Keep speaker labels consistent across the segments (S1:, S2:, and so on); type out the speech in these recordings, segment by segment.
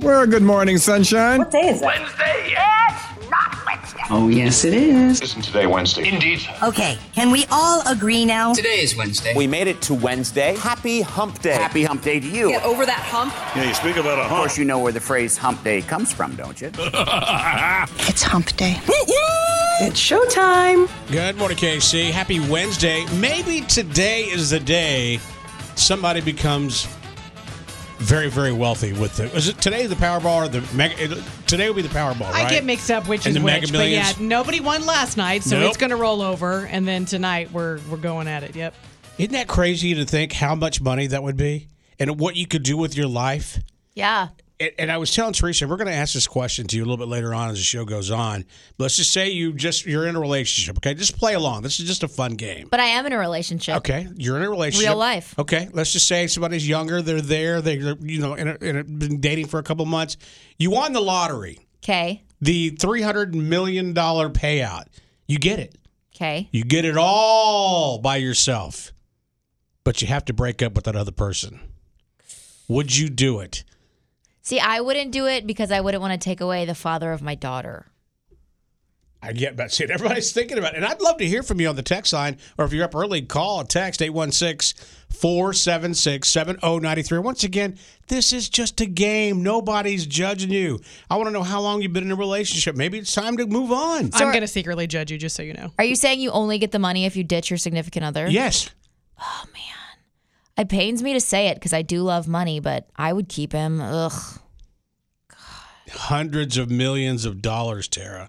S1: We're a good morning, sunshine.
S2: What day is it?
S3: Wednesday. It's not Wednesday.
S4: Oh, yes, it is.
S5: Isn't today Wednesday?
S3: Indeed. sir.
S6: Okay, can we all agree now?
S7: Today is Wednesday.
S8: We made it to Wednesday. Happy hump day.
S4: Happy hump day to you.
S9: Get over that hump.
S10: Yeah, you speak about a
S4: Of
S10: hump.
S4: course, you know where the phrase hump day comes from, don't you?
S6: It's hump day.
S2: It's showtime.
S11: Good morning, KC. Happy Wednesday. Maybe today is the day somebody becomes very, very wealthy with the. Is it today the Powerball or the Mega? Today will be the Powerball,
S12: I
S11: right?
S12: get mixed up which
S11: And
S12: is
S11: the Mega
S12: which, but yeah,
S11: Millions?
S12: nobody won last night, so
S11: Nope.
S12: it's going to roll over, and then tonight we're we're going at it. Yep.
S11: Isn't that crazy to think how much money that would be and what you could do with your life?
S9: Yeah.
S11: And, and I was telling Teresa, we're going to ask this question to you a little bit later on as the show goes on. But let's just say you just you're in a relationship. Okay, just play along. This is just a fun game.
S9: But I am in a relationship.
S11: Okay, you're in a relationship.
S9: Real life.
S11: Okay, let's just say somebody's younger. They're there. They're you know, and, and been dating for a couple months. You won the lottery,
S9: Okay.
S11: the three hundred million dollar payout. You get it.
S9: Okay.
S11: You get it all by yourself, but you have to break up with that other person. Would you do it?
S9: See, I wouldn't do it because I wouldn't want to take away the father of my daughter.
S11: I get about shit. Everybody's thinking about it. And I'd love to hear from you on the text line, or if you're up early, call, text 816 476 7093. Once again, this is just a game. Nobody's judging you. I want to know how long you've been in a relationship. Maybe it's time to move on.
S12: I'm going to secretly judge you, just so you know.
S9: Are you saying you only get the money if you ditch your significant other?
S11: Yes.
S9: It pains me to say it because I do love money, but I would keep him. Ugh.
S11: Hundreds of millions of dollars, Tara.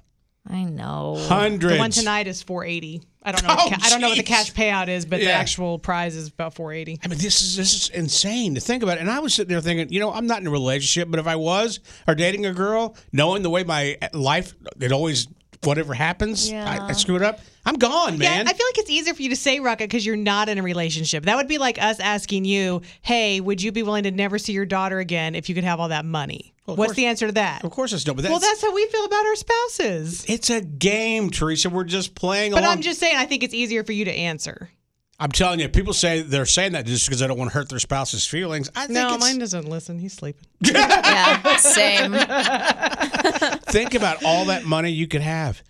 S9: I know.
S11: Hundreds.
S12: The one tonight is 480. I don't know. what
S11: Oh,
S12: the ca- I don't know what the
S11: jeez.
S12: cash payout is, but the
S11: Yeah.
S12: actual prize is about 480.
S11: I mean, this is this is insane to think about. And I was sitting there thinking, you know, I'm not in a relationship, but if I was or dating a girl, knowing the way my life, it always whatever happens, I, I
S9: Yeah.
S11: screw it up. I'm gone, man.
S12: Yeah, I feel like it's easier for you to say Rocket because you're not in a relationship. That would be like us asking you, "Hey, would you be willing to never see your daughter again if you could have all that money?"
S11: Well, of
S12: What's
S11: course.
S12: the answer to that?
S11: of course, it's no. But that's,
S12: well, that's how we feel about our spouses.
S11: it's a game, Teresa. We're just playing.
S12: But
S11: along.
S12: I'm just saying, I think it's easier for you to answer.
S11: I'm telling you, people say they're saying that just because they don't want to hurt their spouse's feelings. I think
S12: No,
S11: it's-
S12: mine doesn't listen. He's sleeping.
S9: Yeah. Same.
S11: think about all that money you could have.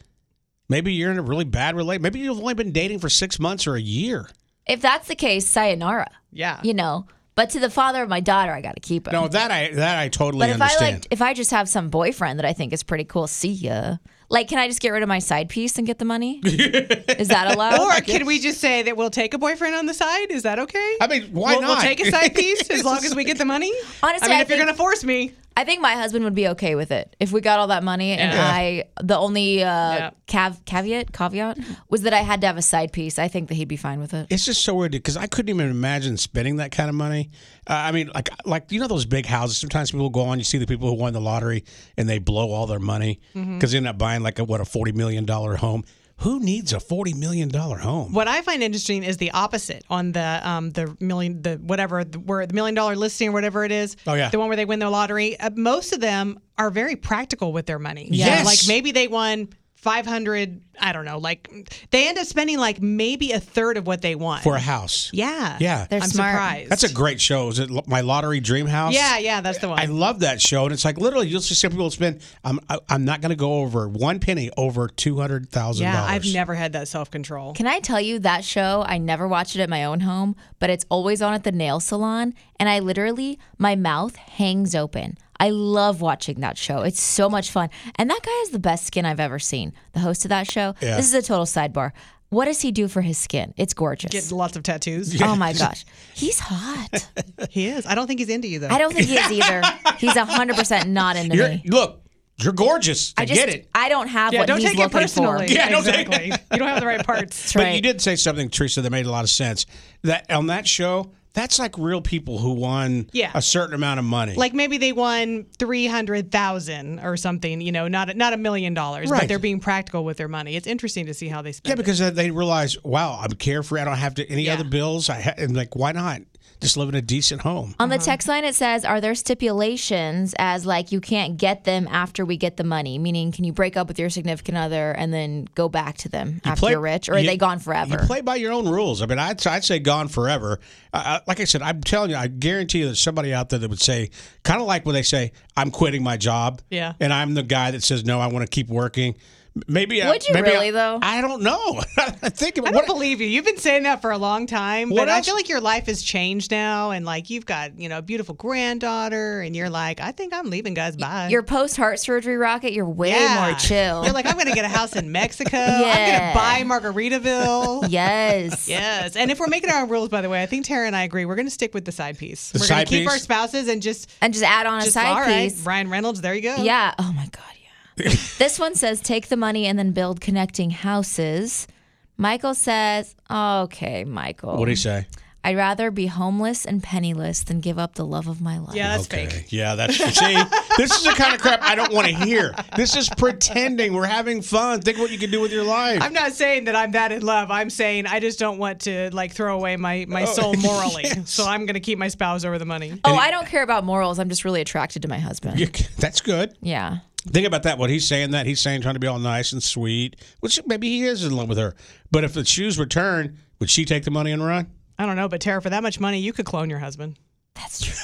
S11: Maybe you're in a really bad relationship. Maybe you've only been dating for six months or a year.
S9: If that's the case, sayonara.
S12: Yeah.
S9: You know. But to the father of my daughter, I got to keep him.
S11: No, that I that I totally
S9: But if
S11: understand.
S9: I like, if I just have some boyfriend that I think is pretty cool, see ya. Like, can I just get rid of my side piece and get the money? is that allowed?
S12: Or can we just say that we'll take a boyfriend on the side? Is that okay?
S11: I mean, why
S12: we'll,
S11: not?
S12: We'll take a side piece as long as we get the money.
S9: Honestly,
S12: I mean,
S9: I
S12: if you're
S9: think-
S12: gonna force me,
S9: I think my husband would be okay with it if we got all that money and
S12: Yeah.
S9: I. The only uh,
S12: Yeah.
S9: cav- caveat caveat was that I had to have a side piece. I think that he'd be fine with it.
S11: It's just so weird because I couldn't even imagine spending that kind of money. Uh, I mean, like, like you know those big houses. Sometimes people go on, you see the people who won the lottery, and they blow all their money because
S12: Mm-hmm.
S11: they end up buying like a what a forty million dollar home. Who needs a forty million dollar home?
S12: what I find interesting is the opposite on the um the million the whatever the, where the million dollar listing or whatever it is.
S11: Oh, yeah.
S12: the one where they win the lottery. Uh, most of them are very practical with their money.
S11: Yeah. Yes.
S12: like maybe they won. 500 i don't know like they end up spending like maybe a third of what they want
S11: for a house?
S12: yeah
S11: Yeah. They're
S12: i'm
S9: smart.
S12: surprised
S11: That's a great show. Is it Lo- my lottery dream house?
S12: yeah yeah that's the one
S11: I love that show, and it's like literally you'll just see people spend. I'm I, I'm not going to go over one penny over two hundred thousand
S12: yeah
S11: dollars.
S12: i've never had that self-control
S9: Can I tell you that show? I never watch it at my own home, but it's always on at the nail salon, and I literally my mouth hangs open. I love watching that show. It's so much fun, and that guy has the best skin I've ever seen. The host of that show.
S11: Yeah.
S9: This is a total sidebar. What does he do for his skin? It's gorgeous.
S12: get lots of tattoos
S9: Oh my gosh, he's hot.
S12: He is. I don't think he's into you though.
S9: I don't think he is either. He's hundred percent not into
S11: You're,
S9: me.
S11: look, you're gorgeous. I,
S9: I just
S11: get it.
S9: I don't have
S12: yeah,
S9: what
S12: don't
S9: he's
S12: take it
S9: looking
S12: personally.
S9: for.
S11: Yeah, don't take-
S12: exactly. you don't have the right parts.
S9: That's
S11: But
S9: right.
S11: you did say something, Teresa, that made a lot of sense. That on that show, that's like real people who won
S12: Yeah.
S11: a certain amount of money.
S12: Like maybe they won three hundred thousand or something. You know, not not a million dollars,
S11: Right.
S12: but they're being practical with their money. It's interesting to see how they spend.
S11: yeah, because they realize, wow, I'm carefree. I don't have to any
S12: Yeah.
S11: other bills. I ha- and like, why not? just live in a decent home.
S9: On the text line, it says, Are there stipulations as like you can't get them after we get the money? Meaning, can you break up with your significant other and then go back to them after
S11: play-
S9: you're rich? Or are
S11: you-
S9: they gone
S11: You
S9: forever?
S11: play by your own rules. I mean, I'd, I'd say gone forever. Uh, like I said, I'm telling you, I guarantee you there's somebody out there that would say, kind of like when they say, I'm quitting my job.
S12: Yeah.
S11: And I'm the guy that says, no, I want to keep working. M- Maybe I,
S9: Would you
S11: maybe I-
S9: really, though?
S11: I don't know. I think
S12: I
S11: about
S12: don't
S11: what,
S12: believe you. You've been saying that for a long time,
S11: What
S12: but I
S11: else-
S12: feel like your life has changed now, and like you've got you know a beautiful granddaughter, and you're like, I think I'm leaving, guys. Bye.
S9: Your post heart surgery rocket, you're way
S12: Yeah.
S9: more chill.
S12: You're like, I'm gonna get a house in Mexico.
S9: Yeah.
S12: I'm gonna buy Margaritaville.
S9: yes.
S12: Yes, and if we're making our own rules, by the way, I think Tara and I agree. We're going to stick with the side piece.
S11: The
S12: we're
S11: side
S12: to keep
S11: piece?
S12: our spouses and just
S9: And just add on a
S12: just
S9: side
S12: all right,
S9: piece.
S12: Ryan Reynolds, there you go.
S9: Yeah. Oh my God. Yeah. this one says take the money and then build connecting houses. Michael says, okay, Michael.
S11: what do you say?
S9: I'd rather be homeless and penniless than give up the love of my life.
S12: yeah, that's fake.
S11: Okay. Yeah, that's see. This is the kind of crap I don't want to hear. This is pretending we're having fun. Think what you can do with your life.
S12: I'm not saying that I'm that in love. I'm saying I just don't want to like throw away my my
S11: Oh,
S12: soul morally. So I'm going to keep my spouse over the money.
S9: Oh, I don't care about morals. I'm just really attracted to my husband.
S11: You- that's good.
S9: Yeah.
S11: Think about that. What he's saying that he's saying trying to be all nice and sweet, which maybe he is in love with her. But if the shoes were turned, would she take the money and run?
S12: I don't know, but Tara, for that much money, you could clone your husband.
S9: That's true.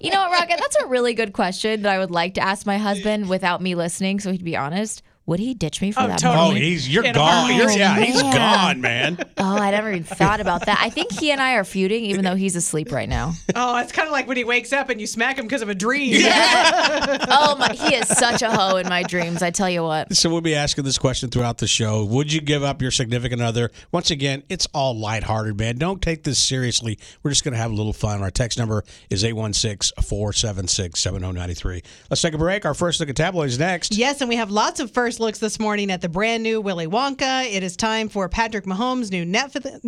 S9: you know what, Rocket? That's a really good question that I would like to ask my husband without me listening so he'd be honest. Would he ditch me for
S12: Oh,
S9: that
S12: totally.
S11: Oh,
S9: money?
S11: he's you're
S12: In a
S11: gone. You're,
S12: heartbeat.
S11: yeah, he's
S9: Man.
S11: gone, man.
S9: Oh, I never even thought about that. I think he and I are feuding, even though he's asleep right now.
S12: Oh, it's kind of like when he wakes up and you smack him because of a dream.
S9: Oh my, he is such a hoe in my dreams. I tell you what.
S11: So we'll be asking this question throughout the show. Would you give up your significant other? Once again, it's all lighthearted, man. Don't take this seriously. We're just going to have a little fun. Our text number is 816-476-7093. Let's take a break. Our first look at tabloids next.
S12: Yes, and we have lots of first looks this morning at the brand new Willy Wonka. It is time for Patrick Mahomes' new Netflix,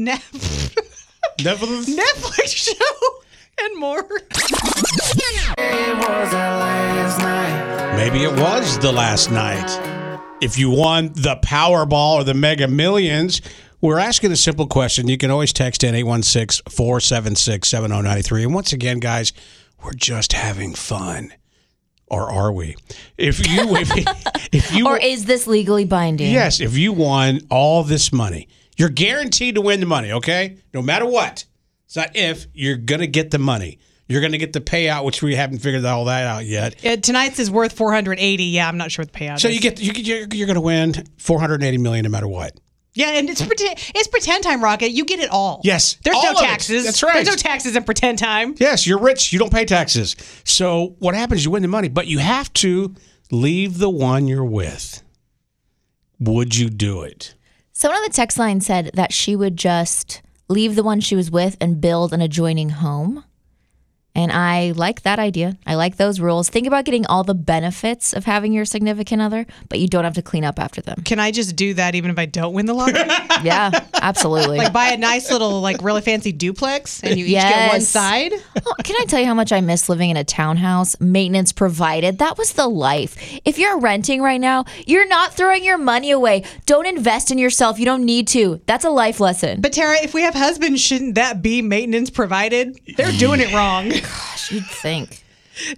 S11: Nevertheless-
S12: Netflix show and more.
S11: Maybe it was the last night. If you won the Powerball or the Mega Millions, we're asking a simple question. You can always text in 816 476 7093. And once again, guys, we're just having fun. Or are we? If you, if, if you,
S9: Or is this legally binding?
S11: yes, if you won all this money, you're guaranteed to win the money, okay? No matter what. It's not if, you're going to get the money. You're going to get the payout, which we haven't figured all that out yet.
S12: Uh, tonight's is worth 480. Yeah, I'm not sure what the payout
S11: So
S12: is.
S11: you get you, you're, you're going to win 480 million no matter what.
S12: yeah, and it's pretend it's pretend time, Rocket. You get it all.
S11: Yes,
S12: there's
S11: all
S12: no
S11: of it.
S12: taxes.
S11: That's right.
S12: There's no taxes in pretend time.
S11: Yes, you're rich. You don't pay taxes. So what happens? You win the money, but you have to leave the one you're with. Would you do it?
S9: Someone on the text line said that she would just leave the one she was with and build an adjoining home. And I like that idea. I like those rules. Think about getting all the benefits of having your significant other, but you don't have to clean up after them.
S12: Can I just do that even if I don't win the lottery?
S9: Yeah, absolutely.
S12: like buy a nice little like really fancy duplex and you each get one
S9: Yes.
S12: side.
S9: Oh, Can I tell you how much I miss living in a townhouse? Maintenance provided. That was the life. If you're renting right now, you're not throwing your money away. Don't invest in yourself. You don't need to. That's a life lesson.
S12: But Tara, if we have husbands, shouldn't that be maintenance provided? They're doing it wrong.
S9: you'd think.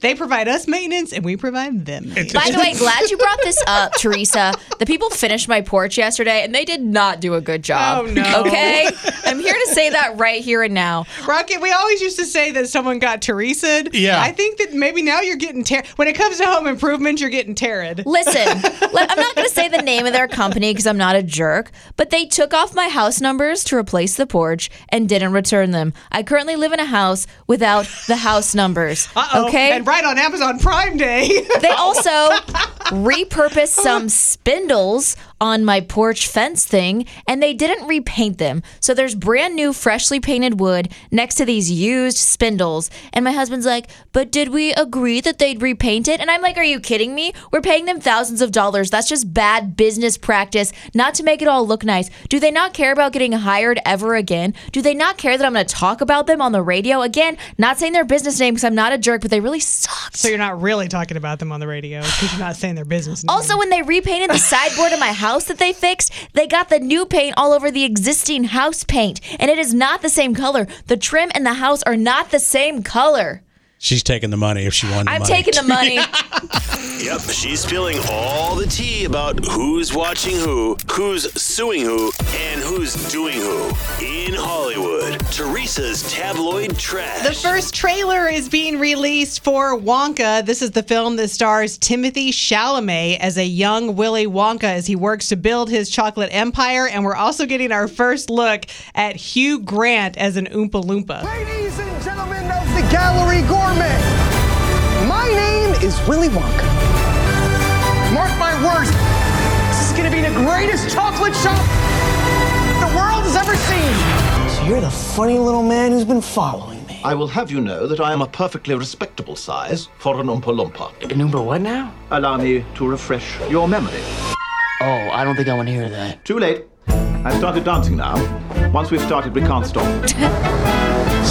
S12: They provide us maintenance and we provide them. maintenance.
S9: By the way, glad you brought this up, Teresa. The people finished my porch yesterday and they did not do a good job.
S12: Oh, no.
S9: Okay? I'm here to say that right here and now.
S12: Rocket, we always used to say that someone got Teresa.
S11: Yeah.
S12: I think that maybe now you're getting Tara. When it comes to home improvement, you're getting Tarred.
S9: Listen, let- I'm not going to say the name of their company because I'm not a jerk, but they took off my house numbers to replace the porch and didn't return them. I currently live in a house without the house numbers.
S12: Uh-oh.
S9: Okay.
S12: And right on Amazon Prime Day.
S9: They also repurposed some spindles on my porch fence thing and they didn't repaint them. So there's brand new, freshly painted wood next to these used spindles. And my husband's like, But did we agree that they'd repaint it? And I'm like, Are you kidding me? We're paying them thousands of dollars. That's just bad business practice, not to make it all look nice. Do they not care about getting hired ever again? Do they not care that I'm going to talk about them on the radio? Again, not saying their business name because I'm not a jerk, but they really sucked.
S12: so you're not really talking about them on the radio because you're not saying their business. name.
S9: Also, when they repainted the sideboard of my house that they fixed, they got the new paint all over the existing house paint, and it is not the same color. The trim and the house are not the same color.
S11: She's taking the money if she won. The
S9: I'm
S11: money.
S9: taking the money.
S1: Yep, she's spilling all the tea about who's watching who, who's suing who, and who's doing who in Hollywood. Teresa's tabloid trash.
S12: The first trailer is being released for Wonka. This is the film that stars Timothy Chalamet as a young Willy Wonka as he works to build his chocolate empire. And we're also getting our first look at Hugh Grant as an Oompa Loompa.
S5: Ladies and gentlemen of the Gallery Gourmet, my name is Willy Wonka. Mark my words, this is going to be the greatest chocolate shop the world has ever seen.
S7: So you're the funny little man who's been following me.
S10: I will have you know that I am a perfectly respectable size for an Oompa Loompa.
S7: An Oompa what now?
S10: Allow me to refresh your memory.
S7: Oh, I don't think I want to hear that.
S10: Too late. I've started dancing now. Once we've started, we can't stop.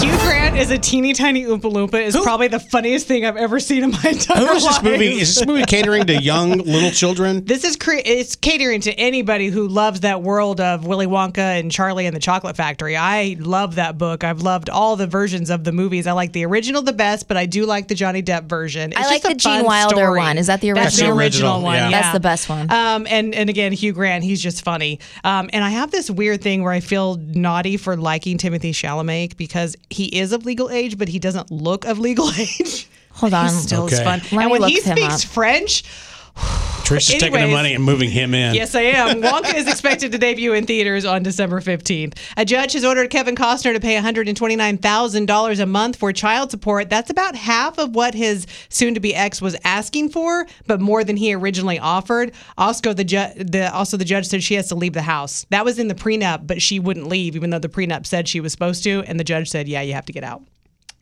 S12: Hugh Grant as a teeny tiny Oompa Loompa is probably the funniest thing I've ever seen in my entire
S11: Who is this
S12: life.
S11: movie? Is this movie catering to young little children?
S12: This is cre- it's catering to anybody who loves that world of Willy Wonka and Charlie and the Chocolate Factory. I love that book. I've loved all the versions of the movies. I like the original the best, but I do like the Johnny Depp version. It's
S9: I like
S12: just a
S9: the Gene
S12: fun
S9: Wilder
S12: story.
S9: one. Is that the
S12: That's the
S9: original?
S12: original one. Yeah.
S9: That's the best one.
S12: Um, and and again, Hugh Grant, he's just funny. Um, and I have this weird thing where I feel naughty for liking Timothy Chalamet because he is of legal age, but he doesn't look of legal age.
S9: Hold
S12: He
S9: on.
S12: still is
S11: Okay.
S12: fun.
S9: Let
S12: and
S9: me
S12: when he
S9: look him
S12: speaks
S9: up.
S12: French,
S11: Trish is taking the
S12: Anyways.
S11: money and moving him in.
S12: Yes, I am. Wonka is expected to debut in theaters on December 15th. A judge has ordered Kevin Costner to pay $129,000 a month for child support. That's about half of what his soon to be ex was asking for, but more than he originally offered. Also, the, ju- the, also, the judge said she has to leave the house. That was in the prenup, but she wouldn't leave, even though the prenup said she was supposed to. And the judge said, yeah, you have to get out.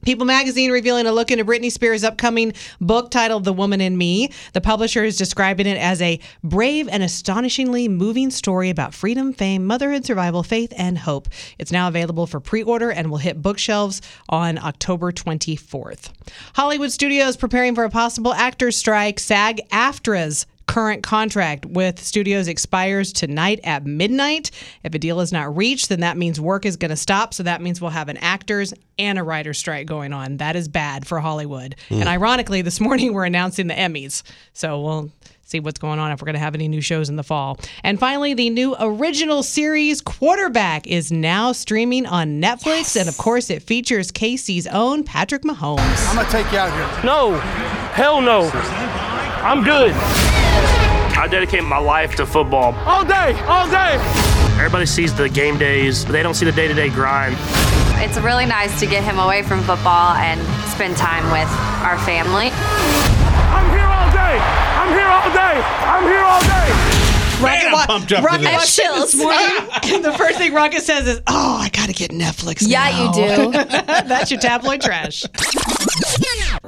S12: People magazine revealing a look into Britney Spears' upcoming book titled The Woman in Me. The publisher is describing it as a brave and astonishingly moving story about freedom, fame, motherhood, survival, faith, and hope. It's now available for pre order and will hit bookshelves on October 24th. Hollywood studios preparing for a possible actors' strike, SAG AFTRA's current contract with studios expires tonight at midnight. If a deal is not reached, then that means work is going to stop. So that means we'll have an actors and a writer's strike going on. That is bad for Hollywood. And ironically, this morning we're announcing the Emmys. So we'll see what's going on if we're going to have any new shows in the fall. And finally, the new original series Quarterback is now streaming on Netflix. And of course, it features Casey's own Patrick Mahomes.
S13: I'm gonna take you out of here. No, hell no. I'm good. I dedicate my life to football. All day, all day. Everybody sees the game days, but they don't see the day-to-day grind.
S14: It's really nice to get him away from football and spend time with our family.
S13: I'm here all day. I'm here all day. I'm here all day.
S12: Rocket,
S11: I'm
S12: wa-
S11: pumped up for
S12: Rocket
S11: this.
S12: walks in this
S9: Chills.
S12: morning. the first thing Rocket says is, "Oh, I gotta get Netflix."
S9: Yeah, you
S12: now." That's your tabloid trash.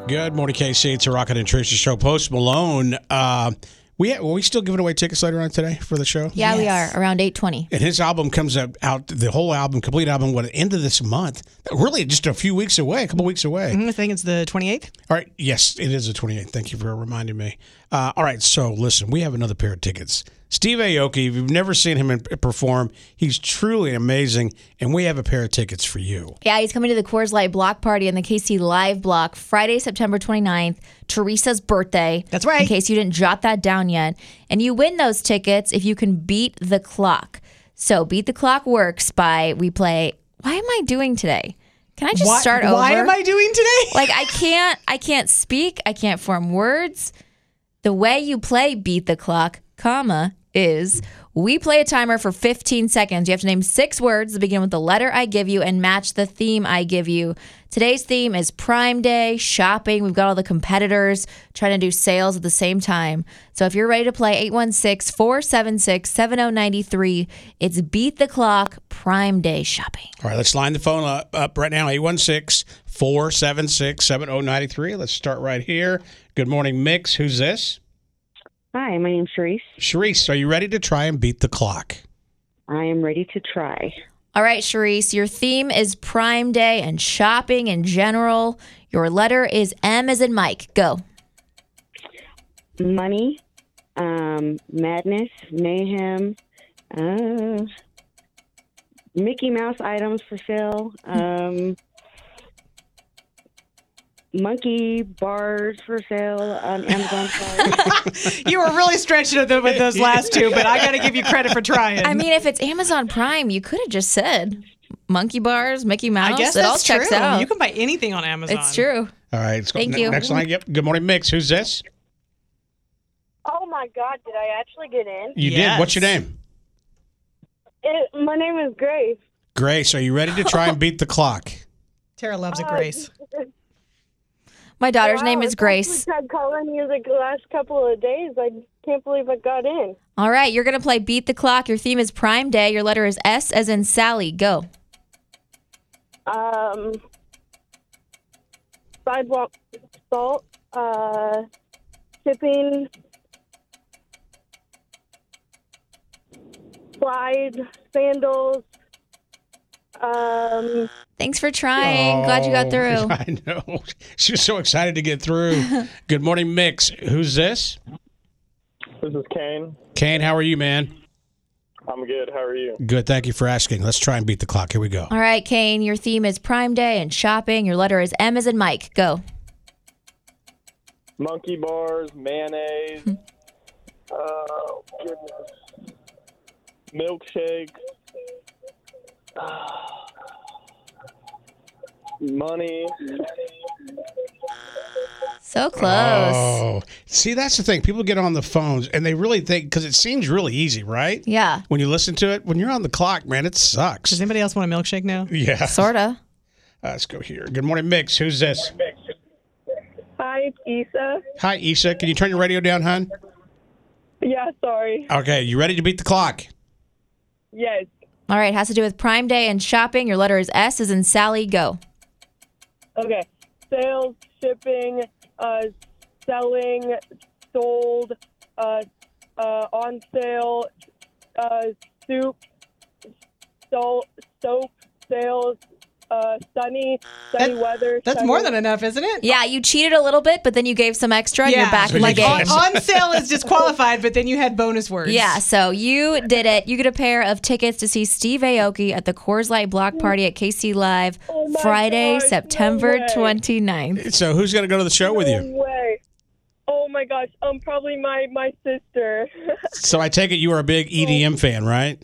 S11: Good morning, KC. It's a Rocket and Trish show. Post Malone. Uh, we were we still giving away tickets later on today for the show?
S9: yeah, we are around 8:20.
S11: And his album comes up out the whole album, complete album, what end of this month? Really, just a few weeks away, a couple weeks away.
S12: I think it's the 28th.
S11: All right. Yes, it is the 28th. Thank you for reminding me. Uh, all right. So, listen, we have another pair of tickets. Steve Aoki, if you've never seen him in- perform, he's truly amazing. And we have a pair of tickets for you.
S9: Yeah, he's coming to the Coors Light block party and the KC Live block Friday, September 29th, Teresa's birthday.
S12: That's right.
S9: In case you didn't jot that down yet. And you win those tickets if you can beat the clock. So, beat the clock works by we play. Why am I doing today? Can I just
S12: Why-
S9: start over?
S12: Why am I doing today?
S9: like I can't I can't speak, I can't form words. The way you play beat the clock, comma, is we play a timer for 15 seconds. You have to name six words that begin with the letter I give you and match the theme I give you. Today's theme is Prime Day, shopping. We've got all the competitors trying to do sales at the same time. So if you're ready to play 816 476 7093, it's Beat the Clock, Prime Day shopping.
S11: All right. Let's line the phone up, up right now 816 476 7093. Let's start right here. Good morning, Mix. Who's this?
S15: Hi, my name's Sharice.
S11: Sharice, are you ready to try and beat the clock?
S15: I am ready to try.
S9: All right, Sharice, your theme is Prime Day and shopping in general. Your letter is M as in Mike. Go.
S15: Money, um, madness, mayhem, uh, Mickey Mouse items for sale, um, monkey bars for sale on Amazon.
S12: You were really stretching it with those last two, but I got to give you credit for trying.
S9: I mean, if it's Amazon Prime, you could have just said monkey bars, Mickey Mouse.
S12: I guess
S9: it all
S12: that's
S9: checks
S12: true.
S9: out.
S12: You can buy anything on Amazon.
S9: it's true.
S11: All right. Let's go.
S9: Thank
S11: Ne-
S9: you.
S11: Next line. Yep. Good morning, Mix. Who's this?
S16: Oh my God! Did I actually get in?
S11: You did. What's your name?
S16: It, my name is Grace.
S11: Grace. Are you ready to try and beat the clock?
S12: Tara loves
S16: Uh,
S12: a Grace.
S9: My daughter's name is
S16: it's
S9: Grace.
S16: actually tried calling you the last couple of days. I can't believe I got in.
S9: All right, you're gonna play Beat the Clock. Your theme is Prime Day. Your letter is S, as in Sally. Go.
S16: Um, sidewalk salt, uh, shipping, slide, sandals. Um,
S9: Thanks for trying. Glad you got
S11: Oh,
S9: through.
S11: I know. She was so excited to get through. Good morning, Mix. Who's this?
S17: This is Kane.
S11: Kane. How are you, man?
S17: I'm good. How are you?
S11: Good. Thank you for asking. Let's try and beat the clock. Here we go.
S9: All right, Kane. Your theme is Prime Day and shopping. Your letter is M, as in Mike. Go.
S17: Monkey bars, mayonnaise.
S9: Hmm.
S17: Oh goodness. Milkshakes. Ah. Money.
S9: So
S11: close. Oh, see, that's the thing. People get on the phones and they really think because it seems really easy, right?
S9: Yeah.
S11: When you listen to it, when you're on the clock, man, it sucks. Does
S12: anybody else want a milkshake now?
S11: Yeah.
S9: Sorta.
S11: let's go here. Good morning, Mix. Who's this?
S16: hi, Isa.
S11: Hi, Isha. Can you turn your radio down, hon?
S16: Yeah, sorry.
S11: Okay, you ready to beat the clock?
S16: Yes.
S9: All right, has to do with Prime Day and shopping. Your letter is S, as in Sally. Go.
S16: Okay. Sales, shipping, uh, selling, sold, uh, uh, on sale, uh, soup, sol- soap, sales, uh, sunny, sunny weather. sunny-
S12: enough, isn't it?
S9: Yeah, you cheated a little bit, but then you gave some extra. and You're back in the
S12: like
S9: game.
S12: on, on sale is disqualified, but then you had bonus words.
S9: Yeah, so you did it. You get a pair of tickets to see Steve Aoki at the Coors Light Block Party at KC Live Friday, September
S16: way.
S9: 29th.
S11: So, who's going to go to the show with you?
S16: No way. Oh my gosh. Um, probably my my sister.
S11: So, I take it you are a big EDM fan, right?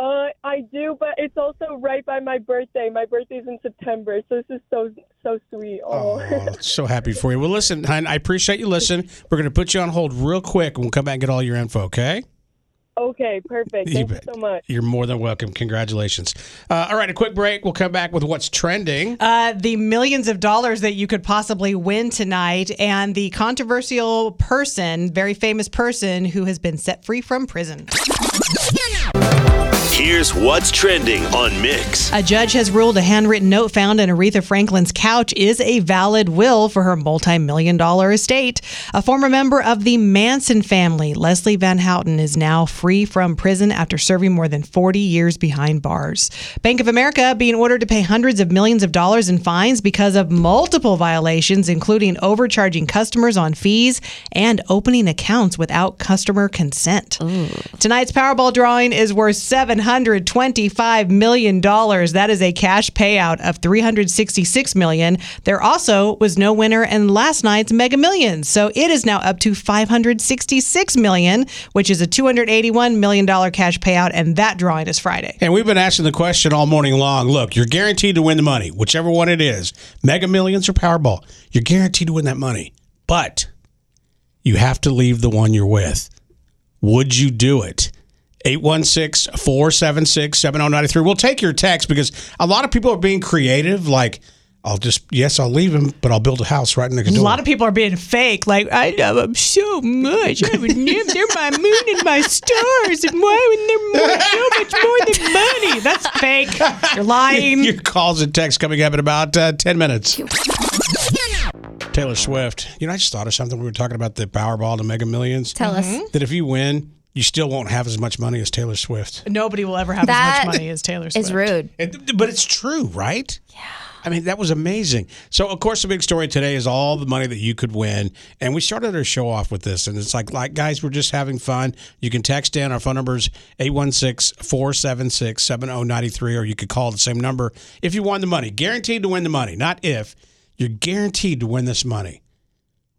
S16: uh, I do, but it's also right by my birthday. My birthday's in September, so this is so so sweet. Oh.
S11: Oh, so happy for you. Well, listen, hon, I appreciate you listening. We're going to put you on hold real quick and we'll come back and get all your info, okay?
S16: okay. Perfect.
S11: You
S16: Thank you
S11: bet.
S16: so much.
S11: You're more than welcome. Congratulations. Uh, all right, a quick break. We'll come back with what's trending.
S12: Uh, the millions of dollars that you could possibly win tonight, and the controversial person, very famous person, who has been set free from prison.
S1: Here's what's trending on Mix.
S12: A judge has ruled a handwritten note found in Aretha Franklin's couch is a valid will for her multi million dollar estate. A former member of the Manson family, Leslie Van Houten, is now free from prison after serving more than 40 years behind bars. Bank of America being ordered to pay hundreds of millions of dollars in fines because of multiple violations, including overcharging customers on fees and opening accounts without customer consent. Tonight's Powerball drawing is worth $725 million. That is a cash payout of $366 million. There also was no winner in last night's Mega Millions. So it is now up to $566 million, which is a $281 million cash payout. And that drawing is Friday.
S11: And we've been asking the question all morning long. Look, you're guaranteed to win the money, whichever one it is Mega Millions or Powerball. You're guaranteed to win that money. But you have to leave the one you're with. Would you do it? 816 476 7093. We'll take your text because a lot of people are being creative. Like, I'll just, yes, I'll leave him, but I'll build a house right next
S12: A
S11: door.
S12: lot of people are being fake. Like, I love them so much. I would name they're my moon and my stars. And why would they're more, so much more than money? That's fake. You're lying.
S11: Your calls and texts coming up in about uh, 10 minutes. Taylor Swift. You know, I just thought of something. We were talking about the Powerball to Mega Millions.
S9: Tell us. Mhm.
S11: That if you win, you still won't have as much money as Taylor Swift.
S12: Nobody will ever have
S9: That
S12: as much money as Taylor Swift.
S9: It's rude.
S11: But it's true, right? I mean, that was amazing. So, of course, the big story today is all the money that you could win. And we started our show off with this. And it's like, like guys, we're just having fun. You can text in. Our phone number is 816 476 7093, or you could call the same number if you won the money. Guaranteed to win the money. Not if, you're guaranteed to win this money.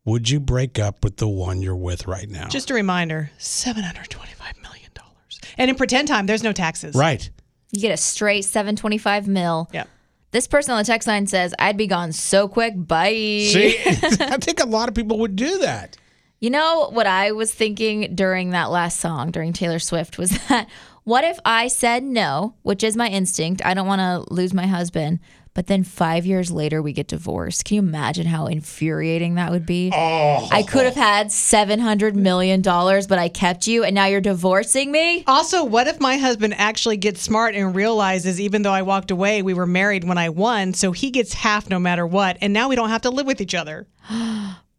S11: Would you break up with the one you're with right now?
S12: Just a reminder: seven hundred twenty-five million dollars. And in pretend time, there's no taxes.
S11: right.
S9: You get a straight 725 mil.
S12: Yeah.
S9: This person on the text line says, I'd be gone so quick. Bye.
S11: See, I think a lot of people would do that.
S9: You know what I was thinking during that last song, during Taylor Swift, was that what if I said no, which is my instinct? I don't want to lose my husband. But then five years later, we get divorced. Can you imagine how infuriating that would be?
S11: Oh.
S9: I could have had $700 million, but I kept you, and now you're divorcing me?
S12: Also, what if my husband actually gets smart and realizes, even though I walked away, we were married when I won, so he gets half no matter what, and now we don't have to live with each other.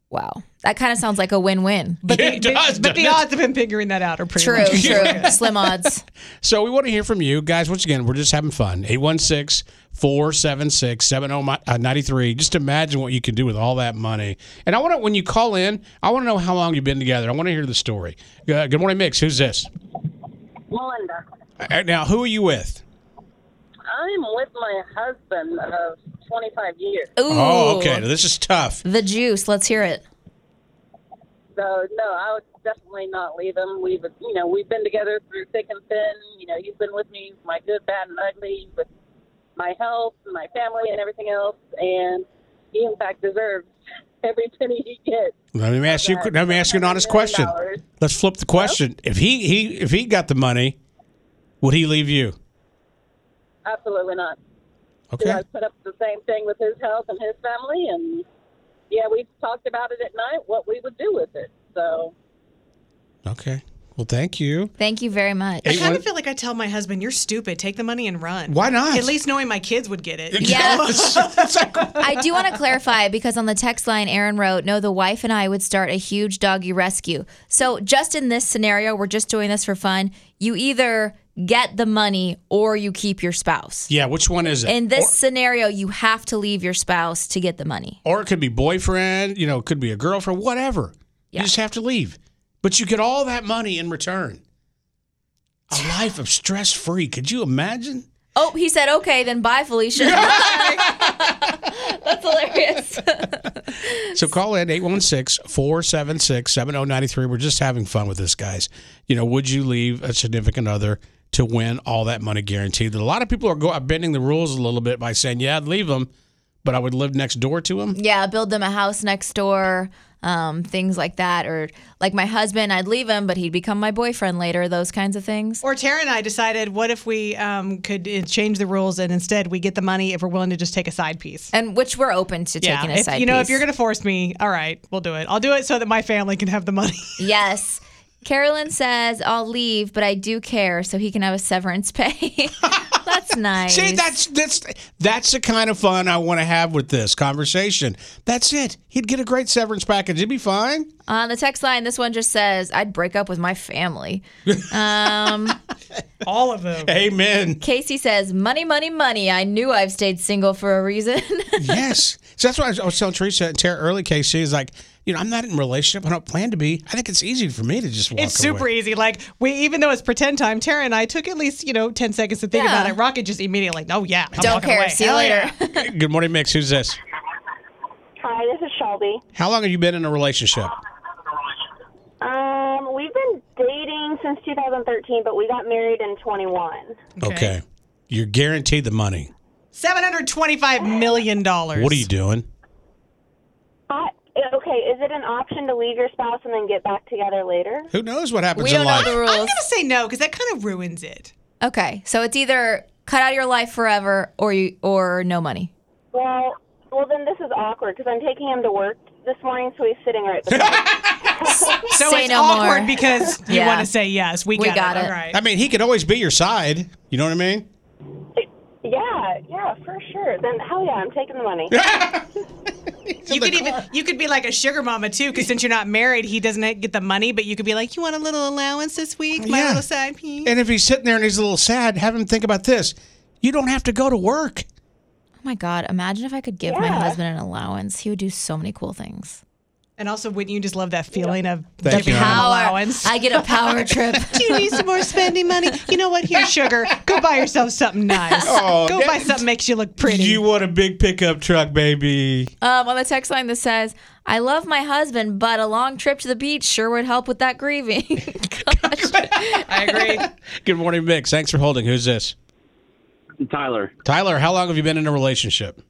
S9: wow. That kind of sounds like a win win.
S12: But the, but, but the odds of him figuring that out are pretty
S9: True,
S12: low.
S9: true. Slim odds.
S11: So we want to hear from you guys. Once again, we're just having fun. 816 476 7093. Just imagine what you can do with all that money. And I want to, when you call in, I want to know how long you've been together. I want to hear the story. Uh, good morning, Mix. Who's this?
S18: Melinda,
S11: Uh, now, who are you with?
S18: I'm with my husband of 25 years.
S11: Oh, okay. This is tough.
S9: The juice. Let's hear it.
S18: So no, I would definitely not leave him. We've you know we've been together through thick and thin. You know he's been with me, my good, bad, and ugly, with my health, and my family, and everything else. And he in fact deserves every penny he gets.
S11: Let me ask you. Let me ask you an honest question. Let's flip the question. If he, he if he got the money, would he leave you?
S18: Absolutely not.
S11: Okay.
S18: I put up with the same thing with his health and his family, and yeah, we talked about it at night what we would do with it. So
S11: Okay. Well, thank you.
S9: Thank you very much.
S12: I
S11: Eight
S12: kind
S11: one-
S12: of feel like I tell my husband, "You're stupid. Take the money and run."
S11: Why not?
S12: At least knowing my kids would get it.
S9: I do want to clarify because on the text line, Aaron wrote, No, the wife and I would start a huge doggy rescue. So, just in this scenario, we're just doing this for fun. You either get the money or you keep your spouse.
S11: Yeah. Which one is it?
S9: In this scenario, you have to leave your spouse to get the money.
S11: or it could be boyfriend, you know, it could be a girlfriend, whatever. You just have to leave. But you get all that money in return. A life of stress free. Could you imagine?
S9: Oh, he said, Okay, then bye, Felicia. That's hilarious.
S11: So call in 816 476 7093. We're just having fun with this, guys. You know, would you leave a significant other to win all that money guaranteed? That a lot of people are go- are bending the rules a little bit by saying, yeah, I'd leave them, but I would live next door to them.
S9: Yeah, build them a house next door, um, things like that. Or like my husband, I'd leave him, but he'd become my boyfriend later, those kinds of things.
S12: Or Tara and I decided, what if we um, could uh, change the rules and instead we get the money if we're willing to just take a side piece?
S9: And which we're open to taking a
S12: if,
S9: side
S12: You know, if
S9: piece.
S12: you're going to force me, all right, we'll do it. I'll do it so that my family can have the money.
S9: Yes. Carolyn says, I'll leave, but I do care, so he can have a severance pay. That's nice.
S11: See, that's that's that's the kind of fun I want to have with this conversation. That's it. He'd get a great severance package. It'd be fine.
S9: On the text line, this one just says, I'd break up with my family. Um,
S12: All of them.
S11: Amen.
S9: Casey says, Money, money, money. I knew I've stayed single for a reason.
S11: yes. So that's why I was- I was telling Teresa and Tara early, Casey, is like, you know, I'm not in a relationship. I don't plan to be. I think it's easy for me to just walk
S12: It's super
S11: away.
S12: easy. Like we, even though it's pretend time, Tara and I took at least you know ten seconds to think
S9: Yeah.
S12: about it. Rocket just immediately, oh yeah, I'm
S9: Don't
S12: walking
S9: care.
S12: away.
S9: See you
S12: Hell
S9: later.
S12: yeah."
S11: Good morning, Mix. Who's this?
S19: Hi, this is Shelby.
S11: How long have you been in a relationship?
S19: Um, we've been dating since 2013, but we got married in 21.
S11: Okay. You're guaranteed the money.
S12: Seven hundred twenty-five million dollars.
S11: What are you doing?
S19: I, eh, okay, is it an option to leave your spouse and then get back together later?
S11: Who knows what happens
S9: We
S11: in
S9: don't know
S11: life?
S9: the rules.
S12: I'm gonna say no because that kind of ruins it.
S9: okay, so it's either cut out of your life forever or you, or no money.
S19: Well, well, then this is awkward because I'm taking him to work this morning, so he's sitting right beside me.
S12: So
S9: Say
S12: it's
S9: no more.
S12: awkward because you
S9: Yeah.
S12: want to say yes. We,
S9: We
S12: got,
S9: got
S12: it.
S9: it.
S12: All right.
S11: I mean, he could always be your side. You know what I mean?
S19: Yeah, yeah, for sure. Then hell yeah, I'm taking the money.
S12: You could even you could be like a sugar mama too, because since you're not married, he doesn't get the money, but you could be like, you want a little allowance this week, my
S11: Yeah.
S12: little side piece.
S11: And if he's sitting there and he's a little sad, have him think about this. You don't have to go to work.
S9: Oh my God. Imagine if I could give my
S12: Yeah.
S9: husband an allowance. He would do so many cool things.
S12: And also, wouldn't you just love that feeling of
S9: Thank
S12: the
S9: you, Anna.
S12: power?
S9: Power.
S12: Allowance.
S9: I get a power trip.
S12: Do you need some more spending money? You know what? Here, sugar. Go buy yourself something nice.
S11: Oh,
S12: Go
S11: that-
S12: buy something makes you look pretty.
S11: You want a big pickup truck, baby.
S9: Um, on the text line that says, I love my husband, but a long trip to the beach sure would help with that grieving.
S12: I agree.
S11: Good morning, Mick. Thanks for holding. Who's this?
S20: Tyler.
S11: Tyler, how long have you been in a relationship?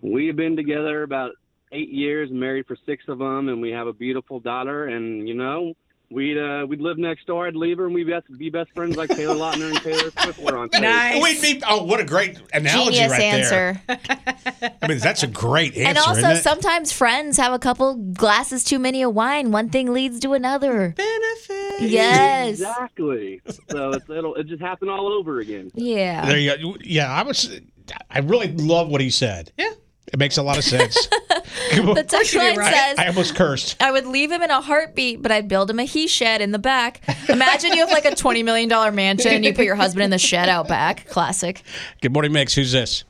S20: We've been together about eight years, married for six of them, and we have a beautiful daughter. And you know, we'd uh, we'd live next door. I'd leave her, and we'd best, be best friends like Taylor Lautner and Taylor Swift were on. stage.
S11: Wait, me- oh, what a great analogy
S9: Genius
S11: right
S9: answer.
S11: there. I mean, that's a great answer.
S9: and also,
S11: isn't it?
S9: sometimes friends have a couple glasses too many of wine. One thing leads to another. Benefit. Yes.
S20: exactly. So it's, it'll it just happen all over again.
S9: Yeah.
S11: There you go. Yeah, I was. I really love what he said. Yeah, it makes a lot of sense.
S9: The text line says,
S11: I almost cursed.
S9: I would leave him in a heartbeat, but I'd build him a he shed in the back. Imagine you have like a $20 million mansion and you put your husband in the shed out back. Classic.
S11: Good morning, Mix. Who's this?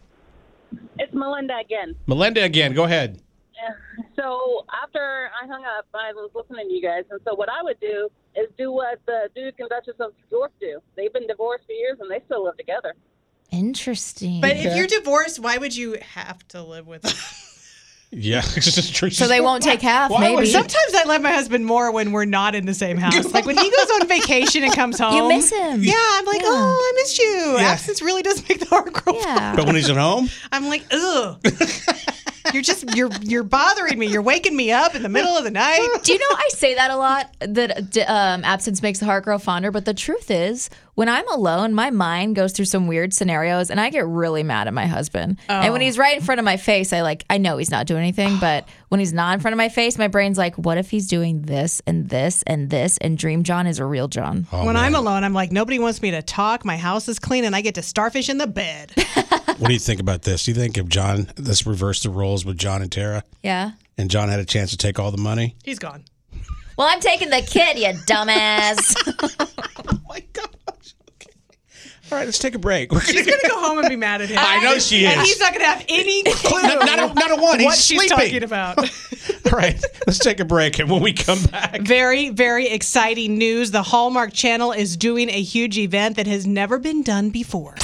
S21: It's Melinda again.
S11: Melinda again. Go ahead.
S21: Yeah. So after I hung up, I was listening to you guys, and so what I would do is do what the Duke and Duchess of York do. They've been divorced for years, and they still live together.
S9: Interesting.
S12: But if you're divorced, why would you have to live with?
S11: Yeah, so
S9: So they won't take half, maybe.
S12: Sometimes I love my husband more when we're not in the same house. Like when he goes on vacation and comes home,
S9: miss him.
S12: Yeah, I'm like, oh, I miss you.
S11: Yeah.
S12: Absence really does make the heart grow.
S11: But when he's at home,
S12: I'm like, ugh. you're just you're you're bothering me. You're waking me up in the middle of the night.
S9: Do you know I say that a lot? That d- um, absence makes the heart grow fonder. But the truth is, when I'm alone, my mind goes through some weird scenarios, and I get really mad at my husband. And when
S12: Oh.
S9: he's right in front of my face, I like I know he's not doing anything. But when he's not in front of my face, my brain's like, what if he's doing this and this and this? And Dream John is a real John.
S11: Oh,
S12: when I'm alone, I'm like, nobody wants me to talk. My house is clean, and I get to starfish in the bed.
S11: what do you think about this? Do you think if John, let's reverse the roles with John and Tara,
S9: Yeah.
S11: and John had a chance to take all the money?
S12: He's gone.
S9: Well, I'm taking the kid, you dumbass.
S11: All right, let's take a break.
S12: She's gonna go home and be mad at him.
S11: I know she
S12: And
S11: is.
S12: he's not gonna have any clue.
S11: Not- not a- not a one.
S12: What
S11: He's
S12: she's
S11: sleeping.
S12: talking about.
S11: all right, let's take a break, and when we come back,
S12: Very, very exciting news. The Hallmark Channel is doing a huge event that has never been done before.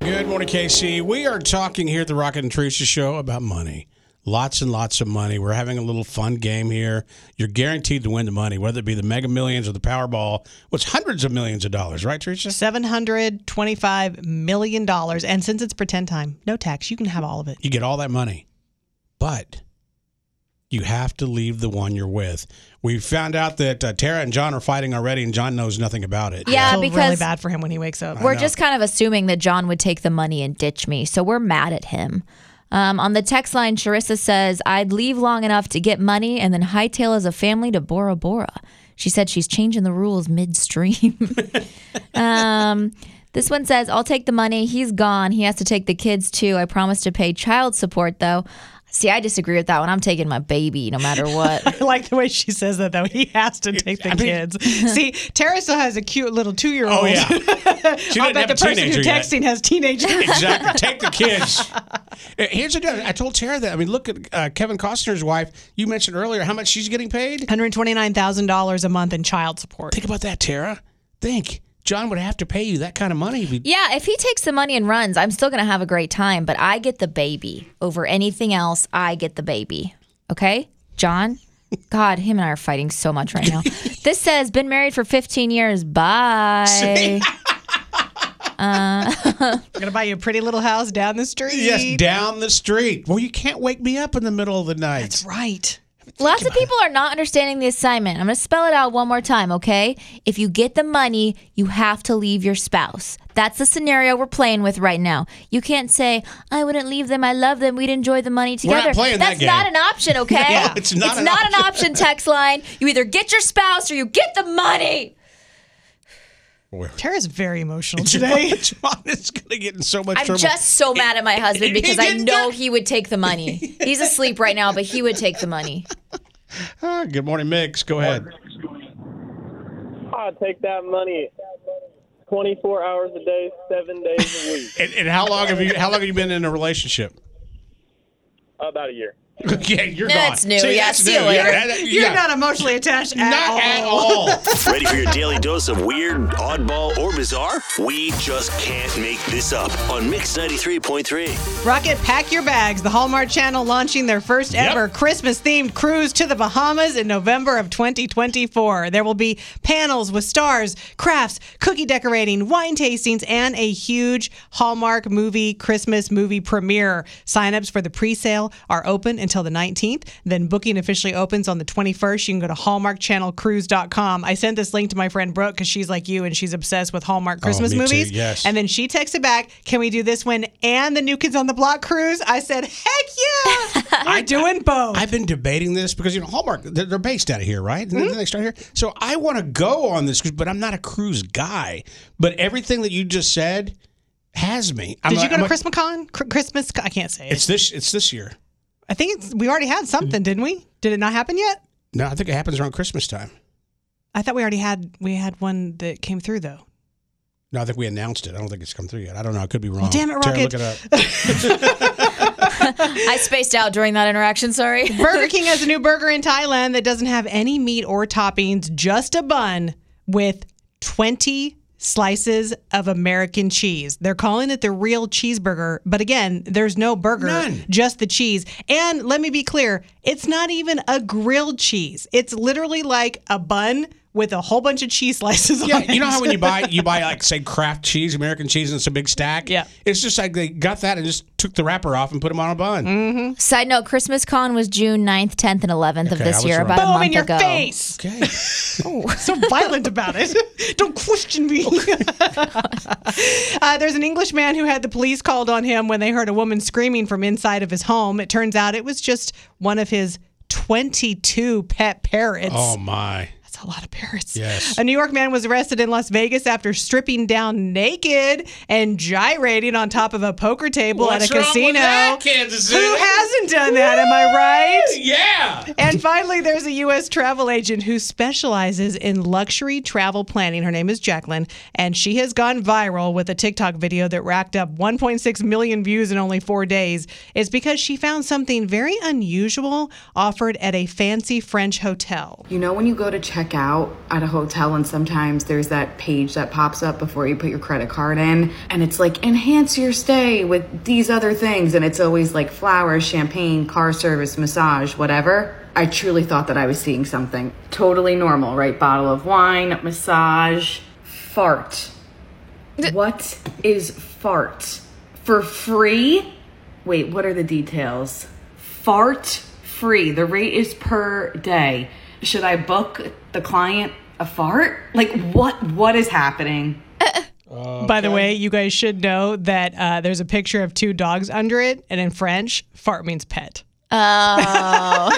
S11: Good morning, KC. We are talking here at the Rocket and Teresa Show about money. Lots and lots of money. We're having a little fun game here. You're guaranteed to win the money, whether it be the Mega Millions or the Powerball, which hundreds of millions of dollars, right, Teresa?
S12: $725 million. And since it's pretend time, no tax, you can have all of it.
S11: You get all that money, but you have to leave the one you're with. We found out that uh, Tara and John are fighting already, and John knows nothing about it.
S9: Yeah, I feel because-
S12: Really bad for him when he wakes up.
S9: We're just kind of assuming that John would take the money and ditch me, so we're mad at him. Um, on the text line, Charissa says, I'd leave long enough to get money and then hightail as a family to Bora Bora. She said she's changing the rules midstream. um, this one says, I'll take the money. He's gone. He has to take the kids too. I promise to pay child support, though. See, I disagree with that one. I'm taking my baby no matter what.
S12: I like the way she says that, though. He has to take the kids. See, Tara still has a cute little two year old.
S11: Oh, yeah.
S12: I
S11: have
S12: bet the
S11: a
S12: person
S11: teenager
S12: who's
S11: yet.
S12: texting has teenagers.
S11: exactly. Take the kids. Uh, Here's the deal. I told Tara that. I mean, look at uh, Kevin Costner's wife. You mentioned earlier how much she's getting paid.
S12: $129,000 a month in child support.
S11: Think about that, Tara. Think. John would have to pay you that kind of money. if he-
S9: Yeah, if he takes the money and runs, I'm still going to have a great time, but I get the baby over anything else. I get the baby. Okay? John? God, him and I are fighting so much right now. this says, been married for 15 years. Bye. uh,
S12: I'm going to buy you a pretty little house down the street.
S11: Yes, down the street. Well, you can't wake me up in the middle of the night. That's
S12: right.
S9: Lots of people are not understanding the assignment. I'm going to spell it out one more time, okay? If you get the money, you have to leave your spouse. That's the scenario we're playing with right now. You can't say, I wouldn't leave them. I love them. We'd enjoy the money
S11: We're not
S9: together.
S11: playing that
S9: That's not
S11: game.
S9: an option, okay?
S11: No, it's not an
S9: an option, text line. You either get your spouse or you get the money.
S12: Tara's very emotional today.
S11: John is going to get in so much
S9: I'm
S11: trouble.
S9: just so mad at my husband
S11: he
S9: because I
S11: didn't
S9: know he would take the money. He's asleep right now, but he would take the money.
S11: Ah, good morning, Mix. Go ahead.
S17: Ah, take that money. 24 hours a day, seven days a week.
S11: And, and how long have you? How long have you been in a relationship?
S17: About a year.
S11: Okay, you're
S12: No,
S11: gone.
S12: that's new. Yeah,
S11: that's
S12: see you
S11: new.
S12: later.
S11: Yeah, that-
S12: You're
S11: yeah.
S12: not emotionally attached at all.
S1: Ready for your daily dose of weird, oddball, or bizarre? We just can't make this up on Mix 93.3.
S12: Rocket Pack Your Bags, the Hallmark Channel launching their first
S1: Yep.
S12: ever Christmas themed cruise to the Bahamas in November of 2024. There will be panels with stars, crafts, cookie decorating, wine tastings, and a huge Hallmark movie Christmas movie premiere. Signups for the pre sale are open until the 19th. Then booking officially opens on the 21st. You can go to hallmarkchannelcruise.com. I sent this link to my friend Brooke because she's like you and she's obsessed with Hallmark
S11: Oh,
S12: Christmas
S11: me too,
S12: movies.
S11: yes.
S12: And then she texted back, "Can we do this one and the New Kids on the Block cruise?" I said, "Heck yeah!"
S11: I
S12: doing both.
S11: I've been debating this because you know Hallmark they're, they're based out of here, right? Isn't that the next out here. So I want to go on this cruise, but I'm not a cruise guy. But everything that you just said has me. I'm
S12: Did you
S11: like-
S12: go
S11: I'm
S12: to
S11: like,
S12: ChrismaCon? Cr- Christmas? I can't say it.
S11: It's Mm-hmm. this. It's this year.
S12: I think it's, we already had something, didn't we? Did it not happen yet?
S11: No, I think it happens around Christmas time.
S12: I thought we already had we had one that came through though.
S11: No, I think we announced it. I don't think it's come through yet. I don't know. I could be wrong.
S12: damn it,
S11: Tara,
S12: Rocket.
S11: look it up.
S9: I spaced out during that interaction. Sorry.
S12: Burger King has a new burger in Thailand that doesn't have any meat or toppings, just a bun with 20 slices of American cheese. They're calling it the real cheeseburger, but again, there's no burger, just the cheese. And let me be clear, it's not even a grilled cheese. It's literally like a bun with a whole bunch of cheese slices
S11: Yeah,
S12: on it.
S11: you know how when you buy you buy like say Kraft cheese, American cheese, and it's a big stack. Yeah, it's just like they got that and just took the wrapper off and put them on a bun.
S12: Mm.
S9: Side note, Christmas Con was June 9th, 10th, and 11th of
S11: Okay, I
S9: this
S11: was
S9: year,
S11: wrong.
S9: about a
S12: Boom
S9: month
S12: in your
S9: ago.
S12: face.
S11: Okay.
S12: Oh, so violent about it. Don't
S11: Oh,
S12: question me. uh, there's an English man who had the police called on him when they heard a woman screaming from inside of his home. It turns out it was just one of his 22 pet parrots.
S11: oh my,
S12: that's a lot of parrots.
S11: Yes.
S12: A New York man was arrested in Las Vegas after stripping down naked and gyrating on top of a poker table
S11: What's
S12: at a
S11: wrong with
S12: casino.
S11: that, Kansas City?
S12: Who hasn't done that? Am I right?
S11: Yeah.
S12: And finally, there's a U.S. travel agent who specializes in luxury travel planning. Her name is Jacqueline, and she has gone viral with a TikTok video that racked up 1.6 million views in only four days. It's because she found something very unusual offered at a fancy French hotel.
S3: You know, when you go to check out at a hotel, and sometimes there's that page that pops up before you put your credit card in, and it's like, enhance your stay with these other things. And it's always like flowers, champagne, car service, massage, whatever. I truly thought that I was seeing something totally normal, right? Bottle of wine, massage, fart. What is fart? For free? Wait, what are the details? Fart free. The rate is per day. Should I book the client a fart? Like what what is happening?
S12: Uh, By the way, you guys should know that uh, there's a picture of two dogs under it, and in French, fart means pet.
S9: Oh.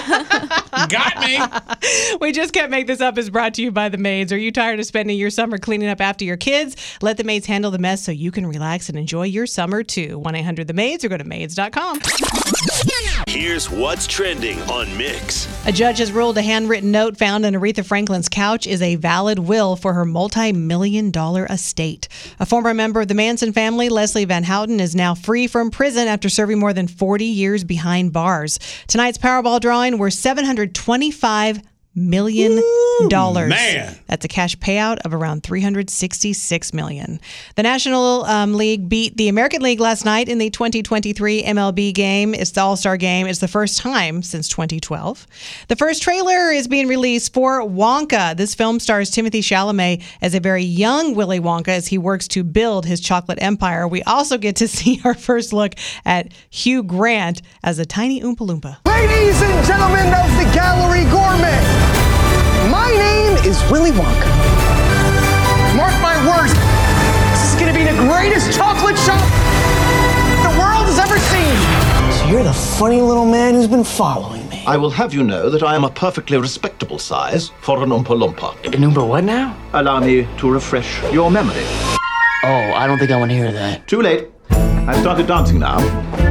S11: Got me.
S12: we just can't make this up is brought to you by the maids. Are you tired of spending your summer cleaning up after your kids? Let the maids handle the mess so you can relax and enjoy your summer too. 1 800 The Maids or go to maids.com.
S1: Here's what's trending on Mix.
S12: A judge has ruled a handwritten note found on Aretha Franklin's couch is a valid will for her multi million dollar estate. A former member of the Manson family, Leslie Van Houten, is now free from prison after serving more than 40 years behind bars. Tonight's Powerball drawing were $725 million.
S11: man.
S12: That's a cash payout of around 366 million. The National um, League beat the American League last night in the 2023 MLB game. It's the All-Star game. It's the first time since 2012. The first trailer is being released for Wonka. This film stars Timothy Chalamet as a very young Willy Wonka as he works to build his chocolate empire. We also get to see our first look at Hugh Grant as a tiny Oompa Loompa.
S5: Ladies and gentlemen of the Gallery Gourmet, my name is Willy Wonka. Mark my words, this is gonna be the greatest chocolate shop the world has ever seen.
S7: So you're the funny little man who's been following me.
S10: I will have you know that I am a perfectly respectable size for an Oompa Loompa. An what now? Allow me to refresh your memory.
S7: Oh, I don't think I want to hear that.
S10: Too late. I've started dancing now.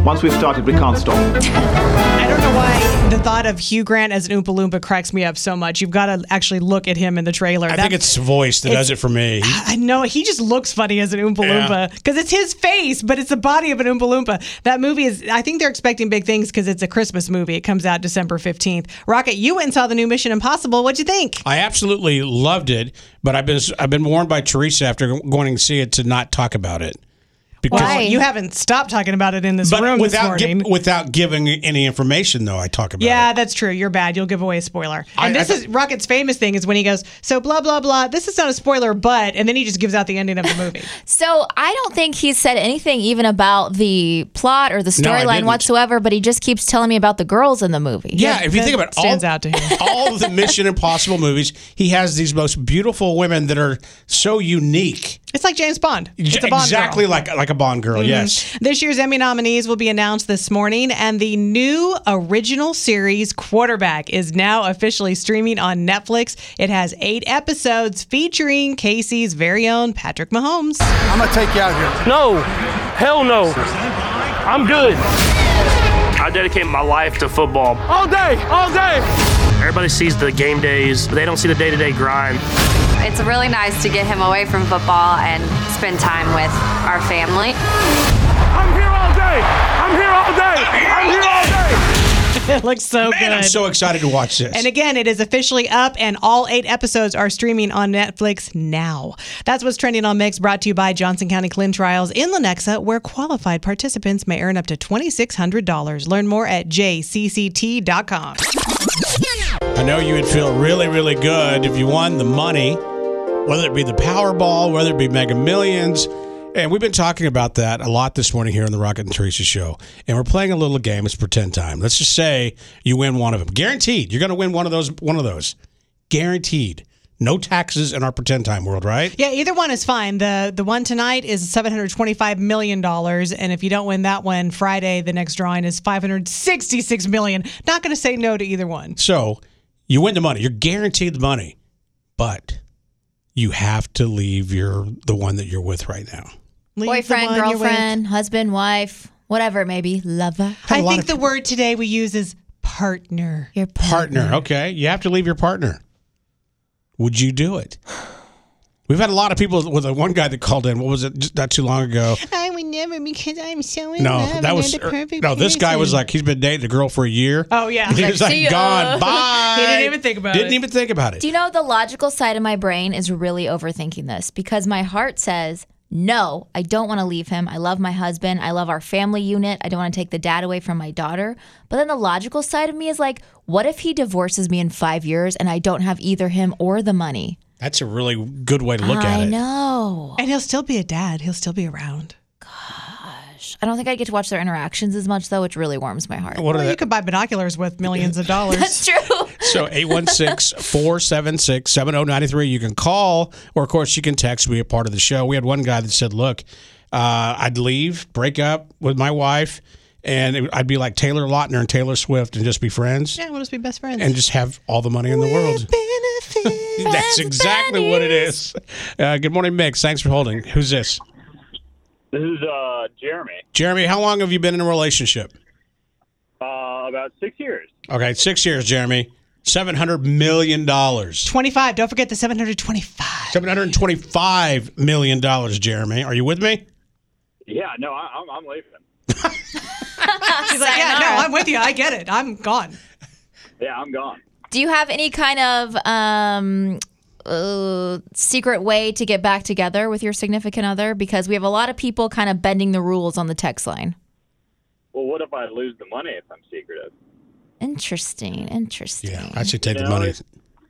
S10: Once we've started, we can't stop.
S12: I don't know why the thought of Hugh Grant as an Oompa Loompa cracks me up so much. You've got to actually look at him in the trailer.
S11: I think it's voice that does it
S12: it's-
S11: for me.
S12: I know he just looks funny as an Oompa
S11: Yeah.
S12: Loompa because it's his face, but it's the body of an Oompa Loompa. That movie is. I think they're expecting big things because it's a Christmas movie. It comes out December fifteenth. Rocket, you went and saw the new Mission Impossible. What'd you think?
S11: I absolutely loved it, but I've been I've been warned by Teresa after going to see it to not talk about it.
S12: Well, you haven't stopped talking about it in this
S11: but
S12: room this
S11: without gi-
S12: morning.
S11: without giving any information though, I talk about
S12: yeah, that's true. You're bad. You'll give away a spoiler.
S11: I-
S12: And this
S11: I-
S12: is Rocket's famous thing is when he goes, so blah blah blah. This is not a spoiler, but and then he just gives out the ending of the movie.
S9: So I don't think he said anything even about the plot or the
S11: No, I
S9: storyline
S11: didn't.
S9: whatsoever. But he just keeps telling me about the girls in the movie.
S11: Yeah, if you think about it, all,
S12: out to him.
S11: all of the Mission Impossible movies, he has these most beautiful women that are so unique.
S12: It's like James Bond. It's a Bond girl. Mm-hmm.
S11: exactly like like a Bond girl, yes.
S12: This year's Emmy nominees will be announced this morning, and the new original series Quarterback is now officially streaming on Netflix. It has eight episodes featuring Casey's very own Patrick Mahomes.
S13: I'm gonna take you out here. No, hell no. I'm good. I dedicate my life to football. All day, all day. Everybody sees the game days, but they don't see the day to day grind.
S14: It's really nice to get him away from football and spend time with our family.
S13: I'm here all day. I'm here all day. I'm here all day.
S12: it looks so good.
S11: I'm so excited to watch this.
S12: And again, it is officially up, and all eight episodes are streaming on Netflix now. That's what's trending on Mix, brought to you by Johnson County Clin Trials in Lenexa, where qualified participants may earn up to $2,600. Learn more at jcct.com.
S11: I know you would feel really, really good if you won the money, whether it be the Powerball, whether it be Mega Millions. And we've been talking about that a lot this morning here on the Rocket and Teresa show. And we're playing a little game. It's pretend time. Let's just say you win one of them. Guaranteed. You're going to win one of those. One of those. Guaranteed. No taxes in our pretend time world, right?
S12: Yeah, either one is fine. The the one tonight is seven hundred twenty five million dollars, and if you don't win that one Friday, the next drawing is five hundred sixty six million. Not going to say no to either one.
S11: So you win the money. You're guaranteed the money, but you have to leave your the one that you're with right now.
S9: Boyfriend,
S12: one you're with.
S9: girlfriend, husband, wife, whatever it may be, lover.
S12: I think the word today we use is partner.
S9: Your
S11: Partner. Okay. You have to leave your partner. Would you do it? We've had a lot of people with the one guy that called in. What was it? Just not too long ago.
S12: I would never because I'm so in love.
S11: No,
S12: and
S11: that
S12: I'm
S11: was er,
S12: the perfect
S11: no. This guy was
S12: person.
S11: like he's been dating a girl for a year.
S12: Oh yeah,
S11: he was like gone. Bye.
S12: He didn't even think about
S11: Didn't
S12: it.
S11: even think about it.
S9: Do you know the logical side of my brain is really overthinking this because my heart says, no, I don't want to leave him. I love my husband. I love our family unit. I don't want to take the dad away from my daughter. But then the logical side of me is like, what if he divorces me in five years and I don't have either him or the money?
S11: That's a really good way to look
S9: I
S11: at it.
S9: know.
S12: And he'll still be a dad. He'll still be around.
S9: I don't think I get to watch their interactions as much though, which really warms my heart.
S11: What are
S12: Well,
S11: the-
S12: you could buy binoculars with millions of dollars.
S9: That's true.
S11: So 816-476-7093. You can call or of course you can text be a part of the show. We had one guy that said, "Look, uh, I'd leave, break up with my wife and it- I'd be like Taylor Lautner and Taylor Swift and just be friends
S12: Yeah, we'll just be best friends.
S11: and just have all the money in the world." That's exactly what it is. Uh, good morning, Mix. Thanks for holding. Who's this?
S17: This is uh, Jeremy.
S11: Jeremy, how long have you been in a relationship?
S17: Uh, about six years.
S11: Okay, 6 years, Jeremy. 700 million dollars.
S12: 25. Don't forget the 725.
S11: $725 million, Jeremy. Are you with me?
S17: Yeah, no, I, I'm, I'm leaving.
S12: She's like, yeah, no, I'm with you. I get it. I'm gone.
S17: Yeah, I'm gone.
S9: Do you have any kind of um, uh, secret way to get back together with your significant other? Because we have a lot of people kind of bending the rules on the text line.
S17: Well, what if I lose the money if I'm secretive?
S9: Interesting. Interesting.
S11: Yeah, I should take
S17: You
S11: the
S17: know,
S11: money.
S17: it's-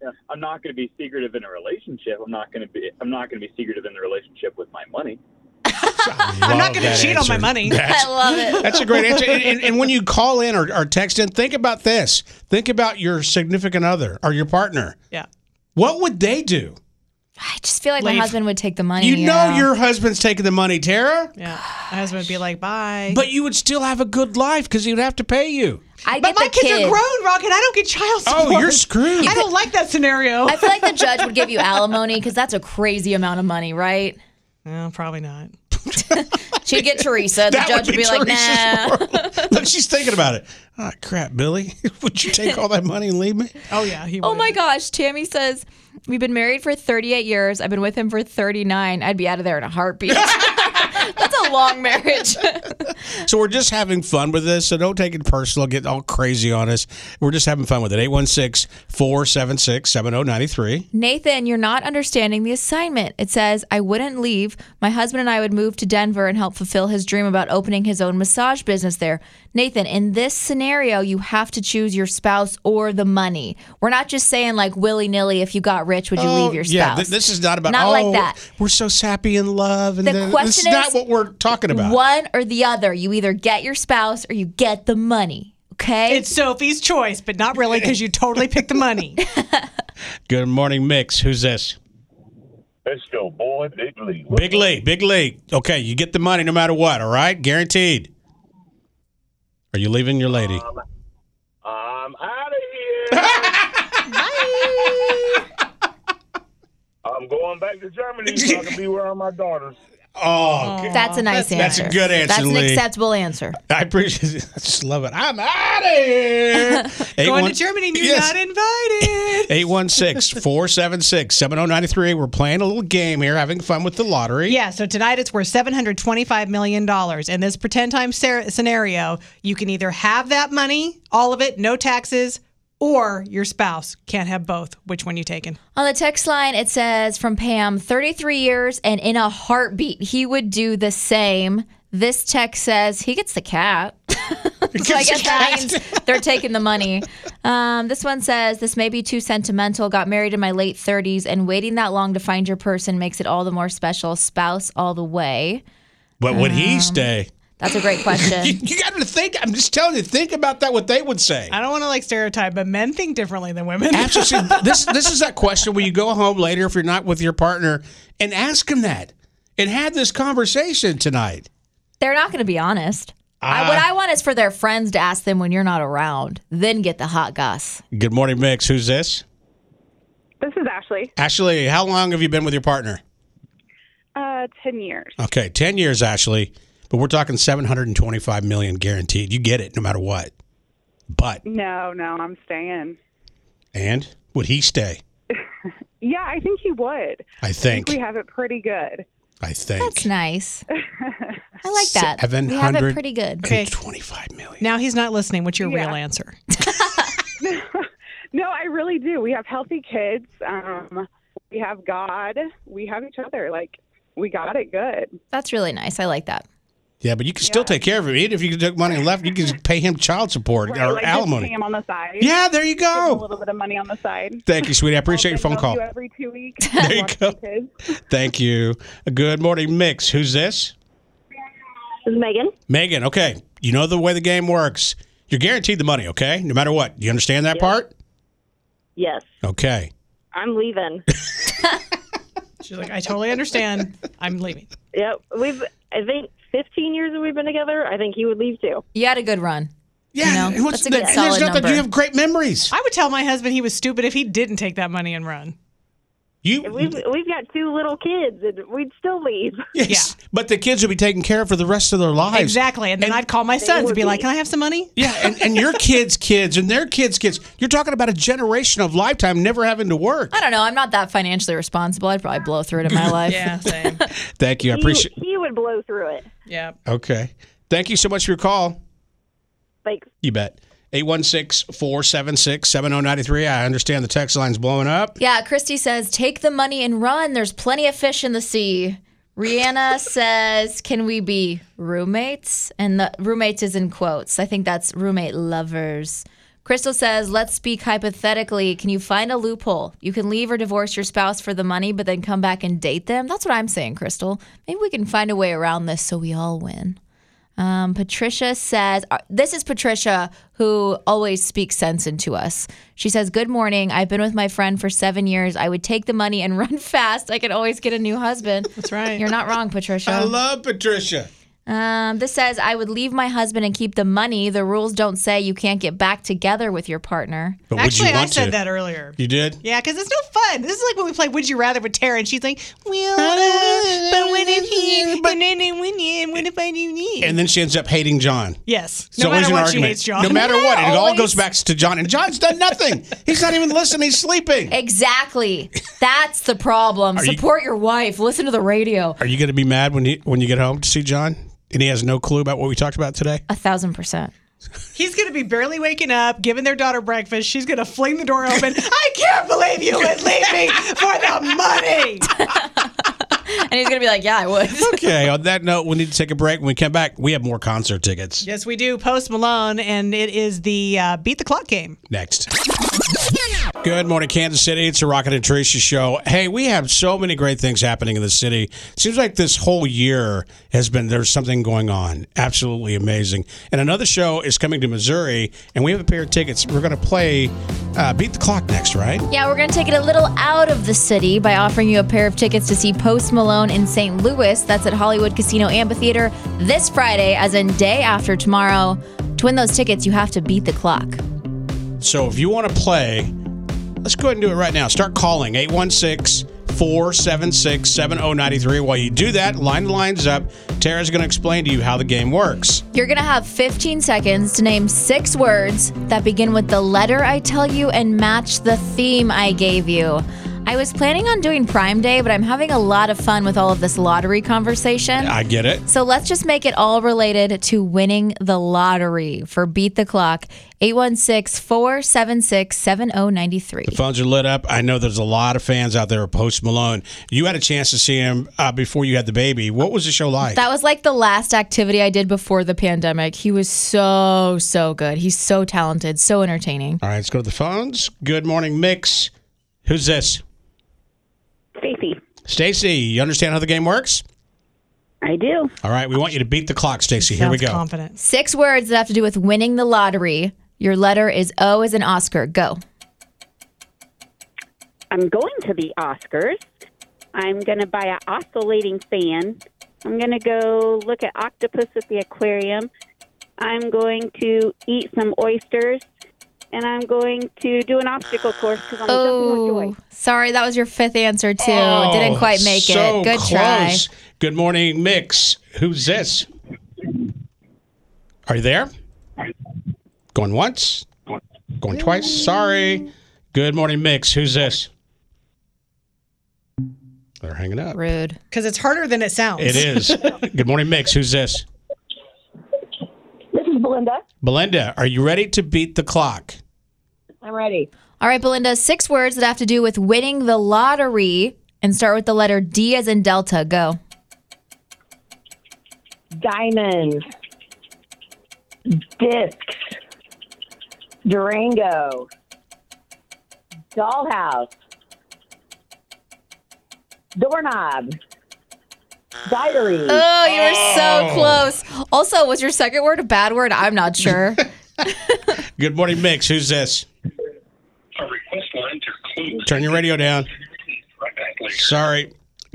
S17: yeah, I'm not going to be secretive in a relationship. I'm not going to be. I'm not going to be secretive in the relationship with my money.
S11: I'm
S12: not gonna cheat on my money.
S11: That's,
S12: I love it.
S11: That's a great answer. And, and, and when you call in or, or text in, think about this. Think about your significant other or your partner.
S12: Yeah.
S11: What would they do?
S9: I just feel like my
S11: Leave.
S9: husband would take the money.
S11: You know your husband's taking the money, Tara,
S12: Yeah. My husband would be like, bye.
S11: but you would still have a good life because he'd have to pay you.
S9: I
S12: But
S9: get
S12: my
S9: the
S12: kids
S9: kid.
S12: are grown, Rocket. I don't get child
S11: Oh,
S12: support.
S11: you're screwed.
S12: I don't like that scenario.
S9: I feel like the judge would give you alimony because that's a crazy amount of money, right?
S12: no, probably not.
S9: She'd get Teresa. The
S11: That would
S9: judge would
S11: be
S9: be like, nah.
S11: Look, she's thinking about it. Ah, crap, Billy. Would you take all that money and leave me?
S12: Oh yeah, he
S9: Oh my gosh, Tammy says we've been married for 38 years. I've been with him for 39. I'd be out of there in a heartbeat. That's a long marriage.
S11: So we're just having fun with this. So don't take it personal. Get all crazy on us. We're just having fun with it. 816 476 7093.
S9: Nathan, you're not understanding the assignment. It says, I wouldn't leave. My husband and I would move to Denver and help fulfill his dream about opening his own massage business there. Nathan, in this scenario, you have to choose your spouse or the money. We're not just saying, like, willy nilly, if you got rich, would you leave your spouse?
S11: Oh, Yeah, th- this is not about
S9: Not
S11: oh,
S9: like that.
S11: We're so happy in love. And
S9: The
S11: then- this
S9: question
S11: is not
S9: is,
S11: what we're talking about.
S9: One or the other. You either get your spouse or you get the money. Okay.
S12: It's Sophie's choice, but not really because you totally picked the money.
S11: Good morning, Mix. Who's this?
S8: Let's go, boy. Big Lee.
S11: Big Lee. Big Lee. Okay, you get the money no matter what, all right? Guaranteed. Are you leaving your lady?
S8: I'm out of here. I'm going back to Germany so I can be around my daughters.
S11: Oh, good-
S9: That's a nice
S11: that's
S9: answer.
S11: a good answer,
S9: That's an
S11: Lee.
S9: acceptable answer.
S11: I appreciate it. I just love it. I'm out of here.
S12: Going to Germany, and you're not invited.
S11: 816 476 7093. We're playing a little game here, having fun with the lottery.
S12: Yeah, so tonight it's worth $725 million. In this pretend time ser- scenario, you can either have that money, all of it, no taxes, or your spouse can't have both. Which one you taking?
S9: On the text line, it says from Pam 33 years and in a heartbeat, he would do the same. This text says he gets the cat. so I guess that means they're taking the money. Um, this one says this may be too sentimental. Got married in my late 30s, and waiting that long to find your person makes it all the more special. Spouse all the way.
S11: But would he stay?
S9: That's a great question.
S11: You got to think. I'm just telling you, think about that, what they would say.
S12: I don't want to like stereotype, but men think differently than women.
S11: Absolutely. See, this, this is that question where you go home later if you're not with your partner and ask him that and have this conversation tonight.
S9: They're not going to be honest. I, what
S11: Ah.
S9: I want is for their friends to ask them when you're not around, then get the hot goss.
S11: Good morning, Mix. Who's this?
S22: This is Ashley.
S11: Ashley, how long have you been with your partner?
S22: Uh, 10 years.
S11: Okay, 10 years, Ashley. But we're talking 725 million guaranteed. You get it no matter what. But,
S22: No, no, I'm staying.
S11: and would he stay?
S22: Yeah, I think he would.
S11: I think.
S22: we have it pretty good.
S11: I think.
S9: nice. I like that.
S11: Seven We have it hundred
S9: pretty good.
S11: Twenty-five million.
S12: Now he's not listening. What's your real
S22: Yeah.
S12: answer?
S22: No, I really do. We have healthy kids. Um, we have God. We have each other. Like, we got it good.
S9: That's really nice. I like that.
S11: Yeah, but you can still take care of him. Even if you took money and left, you can just pay him child support
S22: Right,
S11: or
S22: like, just pay
S11: alimony.
S22: him on the side.
S11: Yeah, there you
S22: Give
S12: Oh,
S22: him
S11: go.
S22: A little bit of money on the side.
S11: Thank you, sweetie. I appreciate your phone
S22: Help
S11: call.
S22: you every two weeks.
S11: There you
S22: Watch
S11: go.
S22: the kids.
S11: Thank you. Good morning, Mix. Who's this?
S23: This is Megan.
S11: Megan. Okay. You know the way the game works. You're guaranteed the money, okay? No matter what. You understand that part?
S23: Yes,
S11: Okay.
S23: I'm leaving.
S12: She's like, I totally understand. I'm leaving.
S23: yep, we've I think 15 years that we've been together. I think he would leave too.
S9: You had a good run.
S11: Yeah,
S9: and what's- That's a good
S11: and there's solid nothing- number. you have great memories.
S12: I would tell my husband he was stupid if he didn't take that money and run.
S11: You
S23: We've we've got two little kids, and we'd still leave.
S11: Yes. But the kids will be taken care of for the rest of their lives.
S12: Exactly. And then I'd call my sons and be like, Can I have some money?
S11: Yeah, and, and your kids' kids and their kids' kids. You're talking about a generation of lifetime never having to work.
S12: Uh,
S9: I don't know. I'm not that financially responsible. I'd probably blow through it in my life.
S12: yeah, same.
S11: Thank you. I appreciate
S23: He, he would blow through it.
S12: Yeah.
S11: Okay. Thank you so much for your call.
S23: Thanks.
S11: You bet. 816-476-7093. I understand the text line's blowing up.
S9: Yeah, Christy says, take the money and run. There's plenty of fish in the sea. Rihanna says, can we be roommates? And the roommates is in quotes. I think that's roommate lovers. Crystal says, let's speak hypothetically. Can you find a loophole? You can leave or divorce your spouse for the money, but then come back and date them. That's what I'm saying, Crystal. Maybe we can find a way around this so we all win. Um, Patricia says, uh, This is Patricia who always speaks sense into us. She says, Good morning. I've been with my friend for seven years. I would take the money and run fast. I could always get a new husband. That's
S12: right.
S9: You're not wrong, Patricia.
S11: I love Patricia.
S9: Um, this says I would leave my husband and keep the money. The rules don't say you can't get back together with your partner.
S12: Oh.
S11: But would you
S12: Actually, I
S11: want
S12: said
S11: to?
S12: that earlier.
S11: You did?
S12: Yeah, because it's no fun. This is like when we play Would You Rather with Tara, and she's like, Well, uh, but when in here, but then in when in, what if I do need?
S11: And then she ends up hating John.
S12: yes,
S11: It's
S12: no
S11: always
S12: matter
S11: an
S12: what, she
S11: argument.
S12: hates John.
S11: No matter what, it all goes back to John. And John's done nothing. He's not even listening. He's sleeping.
S9: Exactly. That's the problem.
S11: Are you-
S9: Support your wife. Listen to the radio.
S11: Are you going to be mad when you when you get home to see John and he has no clue about what we talked about today?
S9: A thousand percent.
S12: He's going to be barely waking up, giving their daughter breakfast. She's going to fling the door open. I can't believe you would leave me for the money.
S9: And he's gonna be like, "Yeah, I would."
S11: Okay. On that note, we need to take a break. When we come back, we have more concert tickets
S12: Yes, we do. Post Malone, and it is the uh, beat the clock game.
S11: next. Good morning, Kansas City. It's a Rocket and Tracy show. Hey, we have so many great things happening in the city. Seems like this whole year has been there's something going on. Absolutely amazing. And another show is coming to Missouri, and we have a pair of tickets. We're going to play uh, Beat the Clock next, right?
S9: Yeah, we're going to take it a little out of the city by offering you a pair of tickets to see Post Malone in St. Louis. That's at Hollywood Casino Amphitheater this Friday, as in day after tomorrow. To win those tickets, you have to beat the clock.
S11: So if you want to play, let's go ahead and do it right now. Start calling 816 476 7093. While you do that, line the lines up. Tara's going to explain to you how the game works.
S9: You're going to have 15 seconds to name six words that begin with the letter I tell you and match the theme I gave you. I was planning on doing Prime Day, but I'm having a lot of fun with all of this lottery conversation.
S11: I get it.
S9: So let's just make it all related to winning the lottery for Beat the Clock 816 476 7093.
S11: The phones are lit up. I know there's a lot of fans out there of Post Malone. You had a chance to see him uh, before you had the baby. What was the show like?
S9: That was like the last activity I did before the pandemic. He was so, so good. He's so talented, so entertaining.
S11: All right, let's go to the phones. Good morning, Mix. Who's this?
S23: Stacy.
S11: Stacy, you understand how the game works?
S23: I do.
S11: All right, we want you to beat the clock, Stacy. Here we go.
S9: Six words that have to do with winning the lottery. Your letter is O as an Oscar. Go.
S23: I'm going to the Oscars. I'm going to buy an oscillating fan. I'm going to go look at octopus at the aquarium. I'm going to eat some oysters. And I'm going to do an obstacle course because I'm jumping with joy.
S9: Oh, sorry, that was your fifth answer too.
S11: Oh,
S9: Didn't quite make
S11: so
S9: it. Good try.
S11: close. Good morning, Mix. Who's this? Are you there? Going once? Going twice? Sorry. Good morning, Mix. Who's this? They're hanging up.
S9: Rude.
S12: Because it's harder than it sounds.
S11: It is. Good morning, Mix. Who's this?
S2: This is Belinda.
S11: Belinda, are you ready to beat the clock?
S2: I'm ready.
S9: All right, Belinda, six words that have to do with winning the lottery and start with the letter D as in Delta. Go.
S2: Diamond. Discs. Durango. Dollhouse. Doorknob. Diary.
S9: Oh, you were so close. Also, was your second word a bad word? I'm not sure.
S11: Good morning, Mix. Who's this? Turn your radio down. Sorry.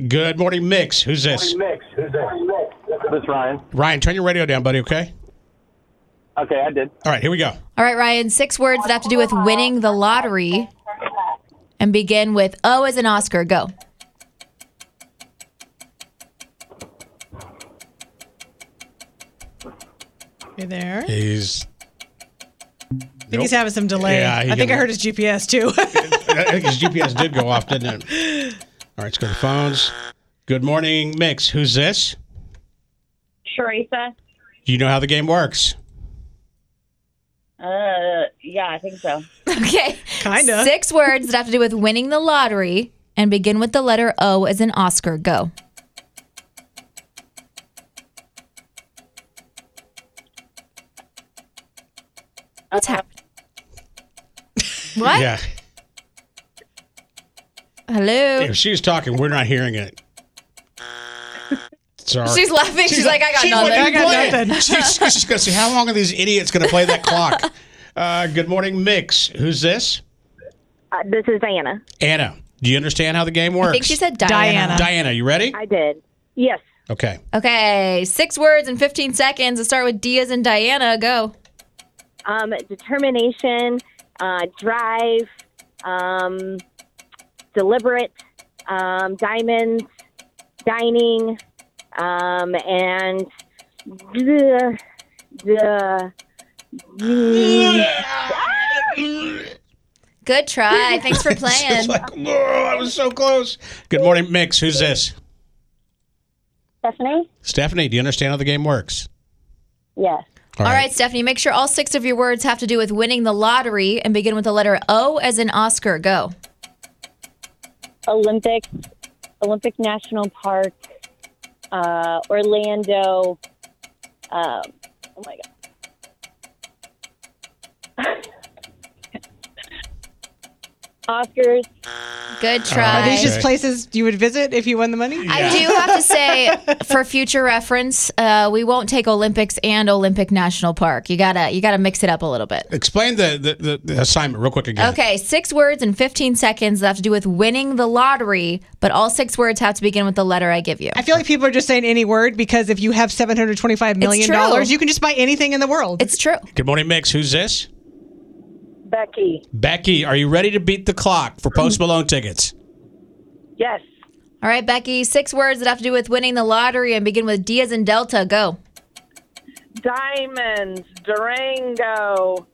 S11: Good morning, Mix. Who's this?
S17: This is Ryan.
S11: Ryan, turn your radio down, buddy, okay?
S17: Okay, I did.
S11: All right, here we go.
S9: All right, Ryan, six words that have to do with winning the lottery and begin with O as an Oscar. Go.
S12: You're there.
S11: He's.
S12: I think he's having some delay.
S11: Yeah, he
S12: I think
S11: can-
S12: I heard his GPS too.
S11: I think Uh, his GPS did go off, didn't it? All right, let's go to the phones. Good morning, Mix. Who's this?
S2: Teresa.
S11: Do you know how the game works?
S2: Uh, yeah, I think so.
S9: Okay.
S2: Kinda.
S9: Six words that have to do with winning the lottery and begin with the letter O as an Oscar. Go. What's happening? What?
S11: Yeah.
S9: Hello.
S11: If she's talking, we're not hearing it. Sorry.
S9: She's laughing. She's like, I got
S11: she's like,
S9: nothing.
S11: "I got
S9: I got
S11: nothing."
S9: nothing.
S11: she's, she's gonna say, how long are these idiots gonna play that clock? Uh, good morning, Mix. Who's this?
S23: Uh, this is Diana.
S11: Anna. Do you understand how the game works?
S23: said
S9: Diana.
S11: Diana, you ready?
S23: I did. Yes.
S11: Okay.
S9: Okay, six words in 15 seconds. Let's start with Diaz and Diana. Go.
S4: Um, determination, uh, drive, um, deliberate, um, diamonds, dining, um, and the the.
S9: Good try. Thanks for playing.
S11: Oh, I was so close. Good morning, Mix. Who's this?
S4: Stephanie?
S11: Stephanie, do you understand how the game works?
S4: Yes.
S9: All right. Stephanie, make sure all six of your words have to do with winning the lottery and begin with the letter O as in Oscar. Go.
S4: Olympics, Olympic National Park, uh, Orlando. Um, oh my God. Oscars.
S9: Good
S12: Are
S9: try.
S12: these just places you would visit if you won the money?
S9: I do have to say, for future reference, uh, we won't take Olympics and Olympic National Park. You gotta, you gotta mix it up a little bit.
S11: Explain the, the, the, the assignment real quick again.
S9: Okay, six words in 15 seconds that have to do with winning the lottery, but all six words have to begin with the letter I give you.
S12: I feel like people are just saying any word because if you have seven hundred twenty-five million
S9: true.
S12: dollars, you can just buy anything in the world. It's
S9: true.
S11: Good morning, Mix. Who's this?
S4: Becky.
S11: Becky, are you ready to beat the clock for Post Malone tickets?
S4: Yes.
S9: All right, Becky, six words that have to do with winning the lottery and begin with Diaz and Delta. Go.
S21: Diamonds, Durango.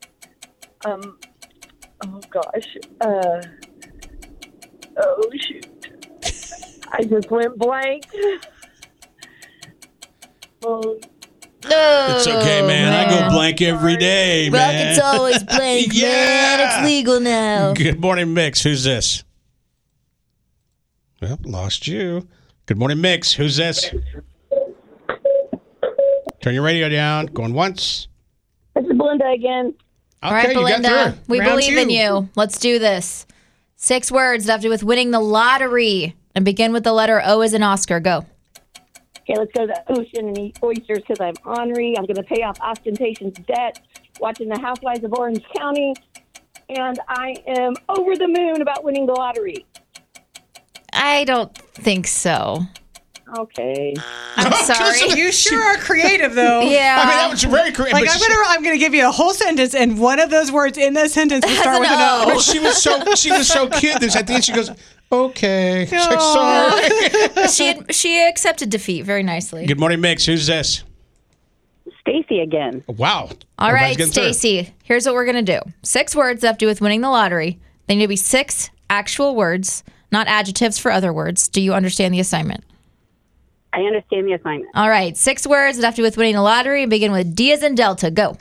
S21: Um, oh gosh. Uh, oh shoot. I just went blank. Oh,
S9: No.
S11: It's okay, man.
S9: Oh,
S11: I go blank every day,
S9: Well,
S11: man.
S9: it's always blank, man. It's legal now.
S11: Good morning, Mix. Who's this? Well, lost you. Good morning, Mix. Who's this? Turn your radio down. Going once.
S4: This is Belinda again.
S9: All right,
S11: Okay, you got
S9: Belinda,
S11: through.
S9: we
S11: Round
S9: believe in
S11: two.
S9: you. Let's do this. Six words that have to do with winning the lottery and begin with the letter O as in Oscar. Go.
S4: Okay, let's go to the ocean and eat oysters because I'm ornery. I'm going to pay off ostentatious debt, watching the Housewives of Orange County, and I am over the moon about winning the lottery.
S9: I don't think so.
S4: Okay.
S9: I'm sorry.
S12: You sure are creative, though.
S9: Yeah. I mean, that was very creative,
S12: Like
S9: but
S12: I'm gonna, I'm gonna give you a whole sentence, and one of those words in that sentence will start with an O.
S11: But she was so she was so cute. That at the end, she goes, "Okay, It's like, sorry."
S9: she she accepted defeat very nicely.
S11: Good morning, Mix. Who's this?
S4: Stacy again.
S11: Wow.
S9: All
S11: Everybody's
S9: right,
S11: getting through.
S9: Stacy. Here's what we're gonna do: six words that have to do with winning the lottery. They need to be six actual words, not adjectives for other words. Do you understand the assignment?
S4: I understand the assignment.
S9: All right, six words that have to do with winning the lottery. Begin with D as in Delta. Go.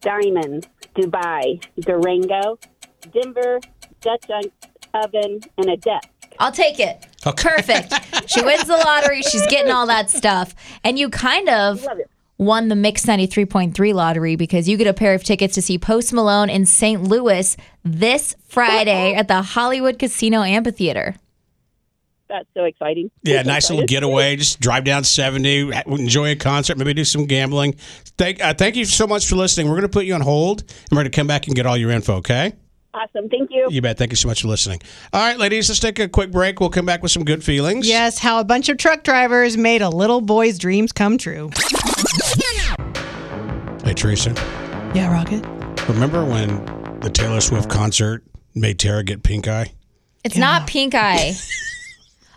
S4: Diamonds, Dubai, Durango, Denver, Dutch oven, and a desk.
S9: I'll take it. Perfect. she wins the lottery. She's getting all that stuff. And you kind of won the Mix 93.3 lottery because you get a pair of tickets to see Post Malone in St. Louis this Friday at the Hollywood Casino Amphitheater.
S4: That's so exciting.
S11: Yeah, nice little getaway. Just drive down 70, ha- enjoy a concert, maybe do some gambling. Thank, uh, thank you so much for listening. We're going to put you on hold and we're going to come back and get all your info, okay?
S4: Awesome. Thank you.
S11: You bet. Thank you so much for listening. All right, ladies, let's take a quick break. We'll come back with some good feelings.
S12: Yes, how a bunch of truck drivers made a little boy's dreams come true.
S11: Hey, Teresa,
S12: Yeah, Rocket.
S11: remember when the Taylor Swift concert made Tara get pink eye?
S9: It's not pink eye.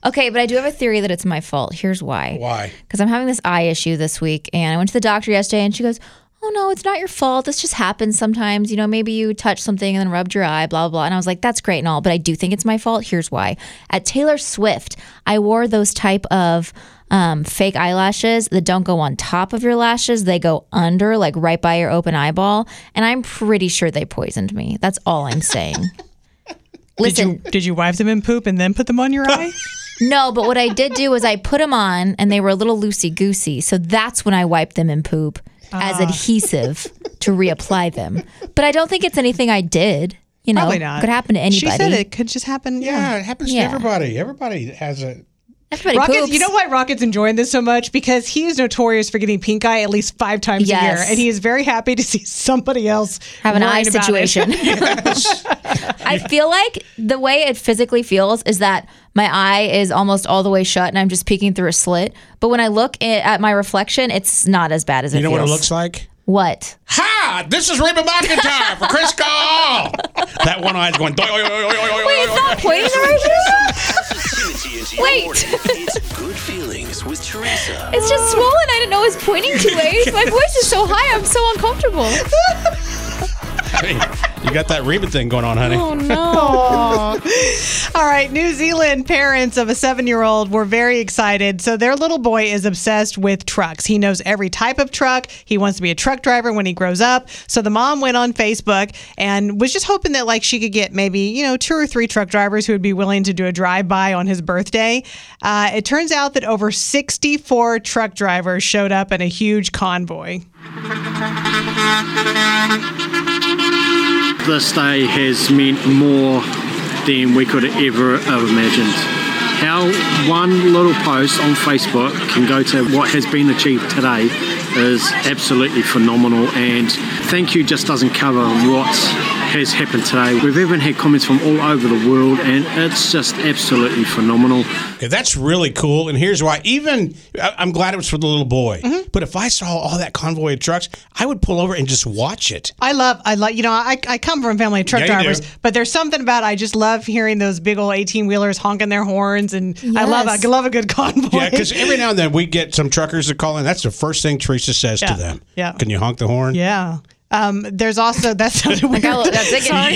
S9: okay, but I do have a theory that it's my fault. Here's why.
S11: Why?
S9: Because I'm having this eye issue this week, and I went to the doctor yesterday, and she goes, Oh no, it's not your fault. This just happens sometimes. You know, maybe you touch something and then rubbed your eye, blah, blah, blah. And I was like, that's great and all, but I do think it's my fault. Here's why. At Taylor Swift, I wore those type of um, fake eyelashes that don't go on top of your lashes. They go under, like right by your open eyeball. And I'm pretty sure they poisoned me. That's all I'm saying. Listen,
S12: did you, did you wipe them in poop and then put them on your eye?
S9: No, but what I did do was I put them on and they were a little loosey goosey. So that's when I wiped them in poop as
S12: Ah.
S9: adhesive to reapply them. But I don't think it's anything I did. You know,
S12: Probably not.
S9: could happen to anybody.
S12: She said it could just happen. Yeah,
S11: it happens
S9: Yeah.
S11: to everybody. Everybody has a
S9: Everybody
S12: Rockets,
S9: poops.
S12: you know why Rockets enjoying this so much? Because he is notorious for getting pink eye at least five times a year,
S9: Yes.
S12: and he is very happy to see somebody else
S9: Have an eye
S12: worried about it.
S9: situation. I feel like the way it physically feels is that my eye is almost all the way shut and I'm just peeking through a slit. But when I look i- at my reflection, it's not as bad as
S11: You
S9: it
S11: know what
S9: feels.
S11: it looks like?
S9: What?
S11: Ha! This is Reba McIntyre for Chris Call. that one eye's going. "Doi, oi, oi, oi, oi, oi, oi, oi."
S9: Wait.
S1: it's good feelings with Teresa.
S9: It's just swollen. I didn't know it was pointing two ways. My voice is so high. I'm so uncomfortable.
S11: Hey, you got that Reba thing going on, honey.
S12: Oh. no. All right, New Zealand parents of a seven year old were very excited. So their little boy is obsessed with trucks. He knows every type of truck. He wants to be a truck driver when he grows up. So the mom went on Facebook and was just hoping that like she could get maybe, you know, two or three truck drivers who would be willing to do a drive by on his birthday. Uh, it turns out that over 64 truck drivers showed up in a huge convoy.
S6: This day has meant more than we could ever have imagined. How one little post on Facebook can go to what has been achieved today is absolutely phenomenal, and thank you just doesn't cover what has happened today. We've even had comments from all over the world, and it's just absolutely phenomenal.
S11: Yeah, that's really cool. And here's why. Even I- I'm glad it was for the little boy.
S12: Mm-hmm.
S11: But if I saw all that convoy of trucks, I would pull over and just watch it.
S12: I love, I love, you know, I, I come from a family of truck
S11: Yeah, you
S12: drivers,
S11: do.
S12: but there's something about I just love hearing those big old 18 wheelers honking their horns, and I love, I
S11: Yes.
S12: love a good convoy.
S11: Yeah, because every now and then we get some truckers that call in. That's the first thing Teresa says
S12: Yeah,
S11: to them.
S12: yeah.
S11: Can you honk the horn?
S12: Yeah. Um, there's also that sounded weird.
S9: that's it.
S12: Sorry.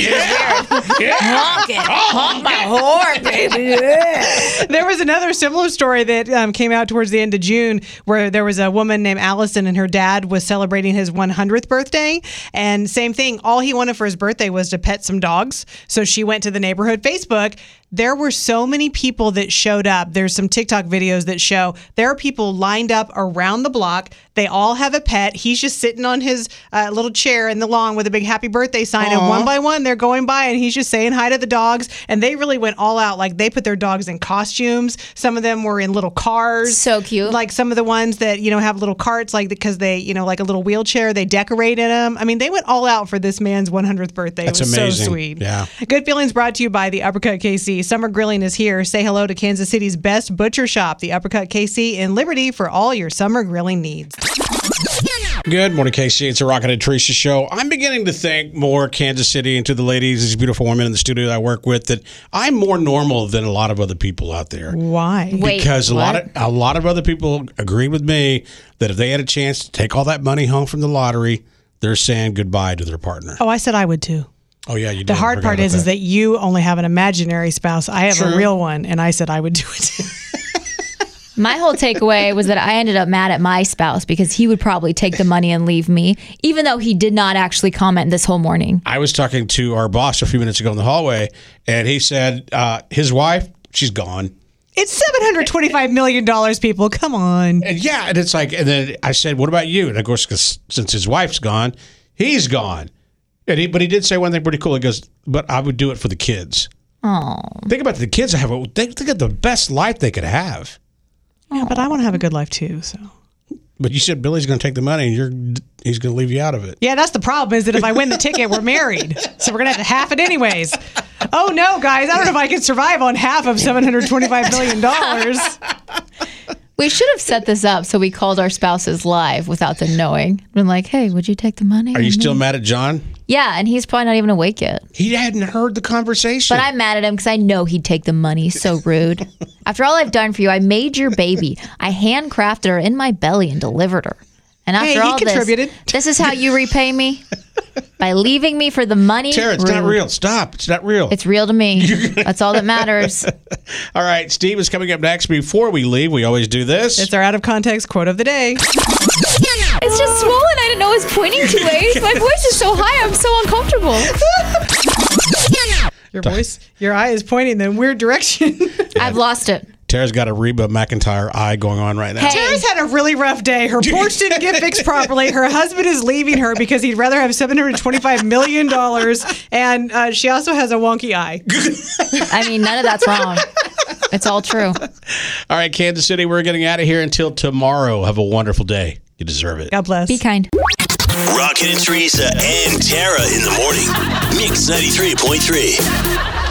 S9: Honk it. Honk my horn, baby.
S12: There was another similar story that um, came out towards the end of June where there was a woman named Allison and her dad was celebrating his 100th birthday. And same thing, all he wanted for his birthday was to pet some dogs. So she went to the neighborhood Facebook. There were so many people that showed up. There's some TikTok videos that show there are people lined up around the block. They all have a pet. He's just sitting on his uh, little chair in the lawn with a big happy birthday sign. And
S15: Aw.
S12: one by by one they're going by and he's just saying hi to the dogs and they really went all out like they put their dogs in costumes some of them were in little cars so
S9: cute
S12: like some of the ones that you know have little carts like because they you know like a little wheelchair they decorated them i mean they went all out for this man's 100th birthday
S11: That's
S12: it was
S11: amazing.
S12: so sweet
S11: Yeah.
S12: Good Feelings brought to you by the Uppercut KC. Summer Grilling is here. Say hello to Kansas City's best butcher shop, the Uppercut KC in Liberty, for all your summer grilling needs.
S11: Good morning, Casey. It's a Rocket and Teresa show. I'm beginning to think more Kansas City and to the ladies, these beautiful women in the studio that I work with, that I'm more normal than a lot of other people out there.
S12: Why?
S11: because a lot of a lot of other people agree with me that if they had a chance to take all that money home from the lottery, they're saying goodbye to their partner.
S12: Oh, I said I would too.
S11: Oh yeah, you.
S12: The
S11: did. I
S12: hard
S11: forgot
S12: part
S11: about
S12: is, is that you only have an imaginary spouse. I have
S11: True.
S12: a real one, and I said I would do it.
S9: My whole takeaway was that I ended up mad at my spouse because he would probably take the money and leave me, even though he did not actually comment this whole morning.
S11: I was talking to our boss a few minutes ago in the hallway, and he said uh, his wife, she's gone.
S12: it's seven hundred twenty-five million dollars. People, come on.
S11: And yeah, and it's like, and then I said, "What about you?" And of course, 'cause since his wife's gone, he's gone. And he, but he did say one thing pretty cool. He goes, "But I would do it for the kids."
S9: Oh,
S11: Think about the kids. Have a- they, they got the best life they could have.
S12: Yeah, but I want to have a good life too. So
S11: But you said Billy's going to take the money, and you're he's going to leave you out of it.
S12: yeah, that's the problem. Is that if I win the ticket, we're married, so we're gonna have to half it anyways. Oh no, guys! I don't know if I can survive on half of seven hundred twenty-five million dollars.
S9: We should have set this up so we called our spouses live without them knowing. Been like, hey, would you take the money?
S11: Are you
S9: and
S11: still
S9: leave?"
S11: mad at John?
S9: Yeah, and he's probably not even awake yet.
S11: He hadn't heard the conversation.
S9: But I'm mad at him because I know he'd take the money. So rude. After all I've done for you, I made your baby. I handcrafted her in my belly and delivered her. And after
S12: Hey, he
S9: all this,
S12: contributed.
S9: this is how you repay me by leaving me for the money.
S11: Tara, it's not
S9: Rude.
S11: real. Stop. It's not real.
S9: It's real to me. That's all that matters.
S11: All right, Steve is coming up next. Before we leave, we always do this.
S12: It's our out of context quote of the day.
S9: It's just swollen. I didn't know it was pointing two ways. My voice is so high. I'm so uncomfortable.
S12: Your voice, your eye is pointing in a weird direction.
S9: I've lost it.
S11: Tara's got a Reba McIntyre eye going on right now.
S12: Tara's had a really rough day. Her porch didn't get fixed properly. Her husband is leaving her because he'd rather have seven hundred twenty-five million dollars, and uh, she also has a wonky eye.
S9: I mean, none of that's wrong. It's all true.
S11: All right, Kansas City, we're getting out of here until tomorrow. Have a wonderful day. You deserve it.
S12: God bless.
S9: Be kind.
S1: Rocket and Teresa and Tara in the morning. Mix 93.3.